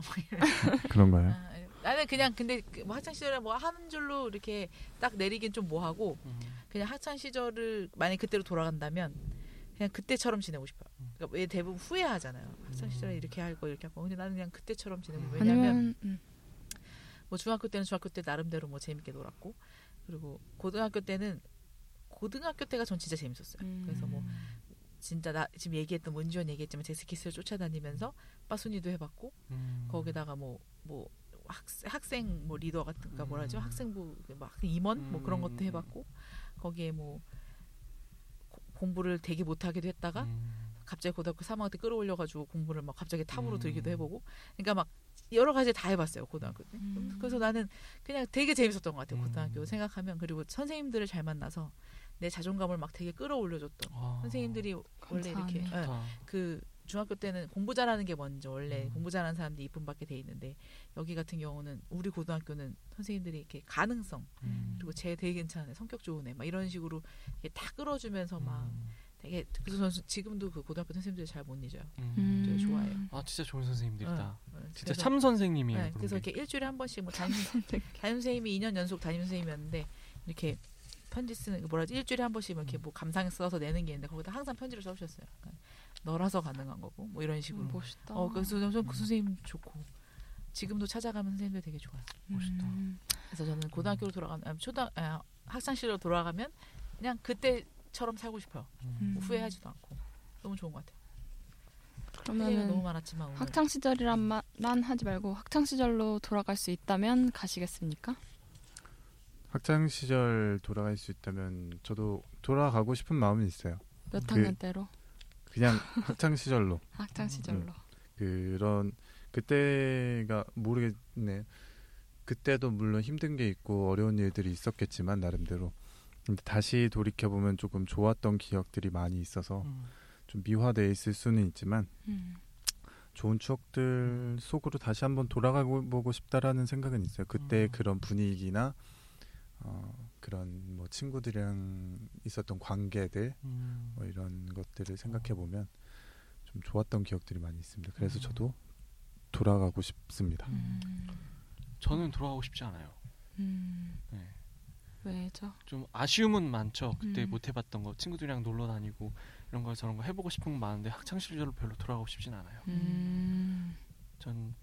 Speaker 2: 그런가요?
Speaker 4: 아, 아니. 나는 그냥 근데 그뭐 학창 시절에 뭐 한 줄로 이렇게 딱 내리긴 좀 뭐하고
Speaker 3: 음.
Speaker 4: 그냥 학창 시절을 만약 그때로 돌아간다면 그냥 그때처럼 지내고 싶어요. 그러니까 왜 대부분 후회하잖아요. 학창 시절에
Speaker 2: 음.
Speaker 4: 이렇게 할 거 이렇게 하고 근데 나는 그냥 그때처럼 지내고
Speaker 3: 음.
Speaker 4: 왜냐면
Speaker 1: 아니면 음,
Speaker 4: 뭐 중학교 때는 중학교 때 나름대로 뭐 재밌게 놀았고 그리고 고등학교 때는 고등학교 때가 전 진짜 재밌었어요.
Speaker 1: 음.
Speaker 4: 그래서 뭐 진짜 나 지금 얘기했던 뭐 은지원 얘기했지만 제스키스를 쫓아다니면서 빠순이도 해봤고
Speaker 3: 음.
Speaker 4: 거기다가 뭐 뭐 학생 뭐 리더 같은 그러니까
Speaker 3: 음.
Speaker 4: 뭐라죠 학생부 막 임원 뭐 그런 것도
Speaker 3: 음.
Speaker 4: 해봤고 거기에 뭐 고- 공부를 되게 못하기도 했다가
Speaker 3: 음.
Speaker 4: 갑자기 고등학교 3학년 때 끌어올려가지고 공부를 막 갑자기 탑으로
Speaker 3: 음.
Speaker 4: 들기도 해보고 그러니까 막 여러 가지 다 해봤어요 고등학교 때
Speaker 1: 음.
Speaker 4: 그래서 나는 그냥 되게 재밌었던 것 같아요
Speaker 3: 음.
Speaker 4: 고등학교 생각하면 그리고 선생님들을 잘 만나서 내 자존감을 막 되게 끌어올려줬던
Speaker 3: 아.
Speaker 4: 선생님들이 원래 이렇게
Speaker 1: 감사합니다.
Speaker 4: 예,
Speaker 3: 좋다.
Speaker 4: 그 중학교 때는 공부 잘하는 게 먼저 원래
Speaker 3: 음.
Speaker 4: 공부 잘하는 사람들이 이쁨받게 돼 있는데 여기 같은 경우는 우리 고등학교는 선생님들이 이렇게 가능성
Speaker 3: 음.
Speaker 4: 그리고 쟤 되게 괜찮네 성격 좋으네 막 이런 식으로 이게 다 끌어주면서 막
Speaker 3: 음.
Speaker 4: 되게 그래서 저는 지금도 그 고등학교 선생님들 잘 못 잊어요
Speaker 3: 음.
Speaker 4: 되게 좋아해요.
Speaker 3: 아 진짜 좋은 선생님들이다.
Speaker 4: 어,
Speaker 3: 진짜
Speaker 4: 그래서-
Speaker 3: 참 선생님이에요.
Speaker 4: 네,
Speaker 3: 그런
Speaker 4: 그래서
Speaker 3: 게.
Speaker 4: 이렇게 일주일에 한 번씩 뭐 담임 담임 선생님이 2년 연속 담임 선생님이었는데 이렇게 편지 쓰는 그 뭐라지 일주일에 한 번씩 뭐
Speaker 3: 음.
Speaker 4: 이렇게 뭐 감상 써서 내는 게 있는데 거기다 항상 편지를 써주셨어요. 그러니까 너라서 가능한 거고 뭐 이런 식으로.
Speaker 1: 음, 멋있다.
Speaker 4: 어 그래서 저는
Speaker 3: 음.
Speaker 4: 그 선생님 좋고 지금도 찾아가면 선생님들 되게 좋아요.
Speaker 3: 멋있다.
Speaker 1: 음.
Speaker 4: 그래서 저는
Speaker 3: 음.
Speaker 4: 고등학교로 돌아가면 아니, 초등 아, 학창 시절로 돌아가면 그냥 그때처럼 살고 싶어요.
Speaker 3: 음.
Speaker 4: 뭐 후회하지도 않고 너무 좋은 것 같아요. 할 얘기가 너무
Speaker 1: 그러면은
Speaker 4: 많았지만 오늘
Speaker 1: 학창 시절이란만 하지 말고 학창 시절로 돌아갈 수 있다면 가시겠습니까?
Speaker 2: 학창 시절 돌아갈 수 있다면 저도 돌아가고 싶은 마음은 있어요.
Speaker 1: 몇
Speaker 2: 그-
Speaker 1: 학년 때로?
Speaker 2: [laughs] 그냥 학창 시절로
Speaker 1: 학창 시절로.
Speaker 2: 그런 그때가 모르겠네. 그때도 물론 힘든 게 있고 어려운 일들이 있었겠지만 나름대로 근데 다시 돌이켜 보면 조금 좋았던 기억들이 많이 있어서
Speaker 3: 음.
Speaker 2: 좀 미화돼 있을 수는 있지만
Speaker 1: 음.
Speaker 2: 좋은 추억들 속으로 다시 한번 돌아가고 보고 싶다라는 생각은 있어요. 그때
Speaker 3: 음.
Speaker 2: 그런 분위기나 어, 그런 뭐 친구들이랑 있었던 관계들
Speaker 3: 음.
Speaker 2: 뭐 이런 것들을 생각해 보면 좀 좋았던 기억들이 많이 있습니다. 그래서
Speaker 1: 네.
Speaker 3: 음.
Speaker 2: 저도 돌아가고 싶습니다.
Speaker 3: 음. 저는 돌아가고 싶지 않아요.
Speaker 1: 음.
Speaker 3: 네.
Speaker 1: 왜죠?
Speaker 3: 좀 아쉬움은 많죠. 그때
Speaker 1: 음.
Speaker 3: 못 해봤던 거 친구들이랑 놀러 다니고 이런 거 저런 거 해보고 싶은 건 많은데 학창 시절로 별로 돌아가고 싶진 않아요.
Speaker 1: 음.
Speaker 3: 전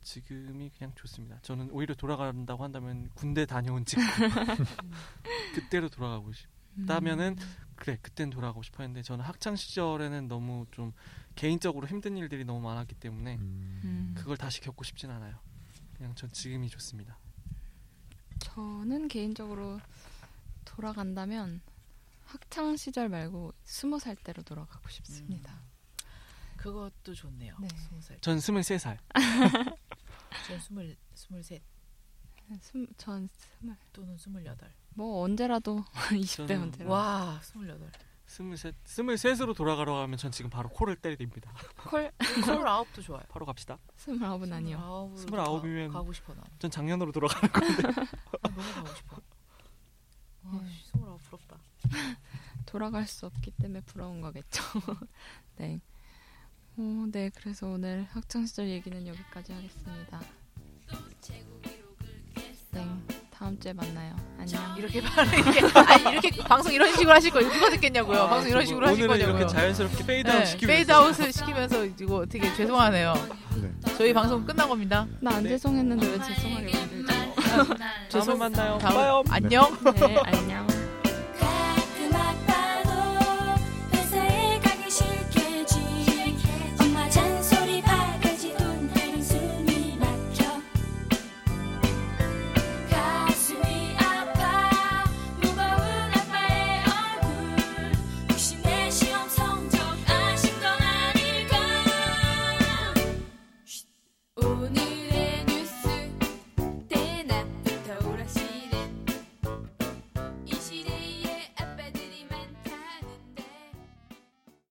Speaker 3: 지금이 그냥 좋습니다. 저는 오히려 돌아간다고 한다면 군대 다녀온 직후 그때로 돌아가고 싶. 그다음에는 그래 그땐 돌아가고 싶었는데 저는 학창 시절에는 너무 좀 개인적으로 힘든 일들이 너무 많았기 때문에
Speaker 1: 음.
Speaker 3: 그걸 다시 겪고 싶진 않아요. 그냥 전 지금이 좋습니다.
Speaker 1: 저는 개인적으로 돌아간다면 학창 시절 말고 스무 살 때로 돌아가고 싶습니다.
Speaker 3: 음.
Speaker 4: 그것도 좋네요.
Speaker 1: 네.
Speaker 4: 스무 살.
Speaker 3: 전 23살.
Speaker 4: 전 스물 스물셋
Speaker 1: 네, 스무 전 스물
Speaker 4: 또는 스물여덟.
Speaker 1: 뭐 언제라도 [laughs] 20대
Speaker 3: 저는-
Speaker 1: 언제라 와.
Speaker 4: 와 스물여덟.
Speaker 3: 23, 23으로 돌아가라고 하면 전 지금 바로 코를 때립니다. [laughs]
Speaker 1: [laughs] 콜
Speaker 4: 스물아홉도 좋아요.
Speaker 3: 바로 갑시다.
Speaker 1: 스물아홉은 아니요.
Speaker 4: 스물아홉으로
Speaker 3: 스물아홉이면-
Speaker 4: 가- 가고 싶어 나.
Speaker 3: 전 작년으로 돌아가.
Speaker 4: 나 너무 가고 싶어. [laughs] 와, 씨, 스물아홉 부럽다.
Speaker 1: 돌아갈 수 없기 때문에 부러운 거겠죠. [laughs] 네. 어, 네. 그래서 오늘 학창 시절 얘기는 여기까지 하겠습니다. 네. 다음 주에 만나요. 안녕.
Speaker 4: 이렇게 말을 이렇게 [laughs] 아니 이렇게 방송 이런 식으로 하실 거예요. 누가 듣겠냐고요. 아, 방송 이런 식으로 하실
Speaker 3: 아, 오늘은
Speaker 4: 거냐고요.
Speaker 3: 이렇게 자연스럽게 페이드아웃 시키고
Speaker 4: 페이드 아웃을 시키면서 이거 되게 죄송하네요.
Speaker 2: 네.
Speaker 4: 저희 방송 끝난 겁니다.
Speaker 1: 나 안
Speaker 3: 네.
Speaker 1: 죄송했는데 왜 죄송하게 만들죠?
Speaker 3: 다음에 만나요.
Speaker 4: 다음-
Speaker 3: 봐요.
Speaker 4: 안녕.
Speaker 1: 네. 안녕.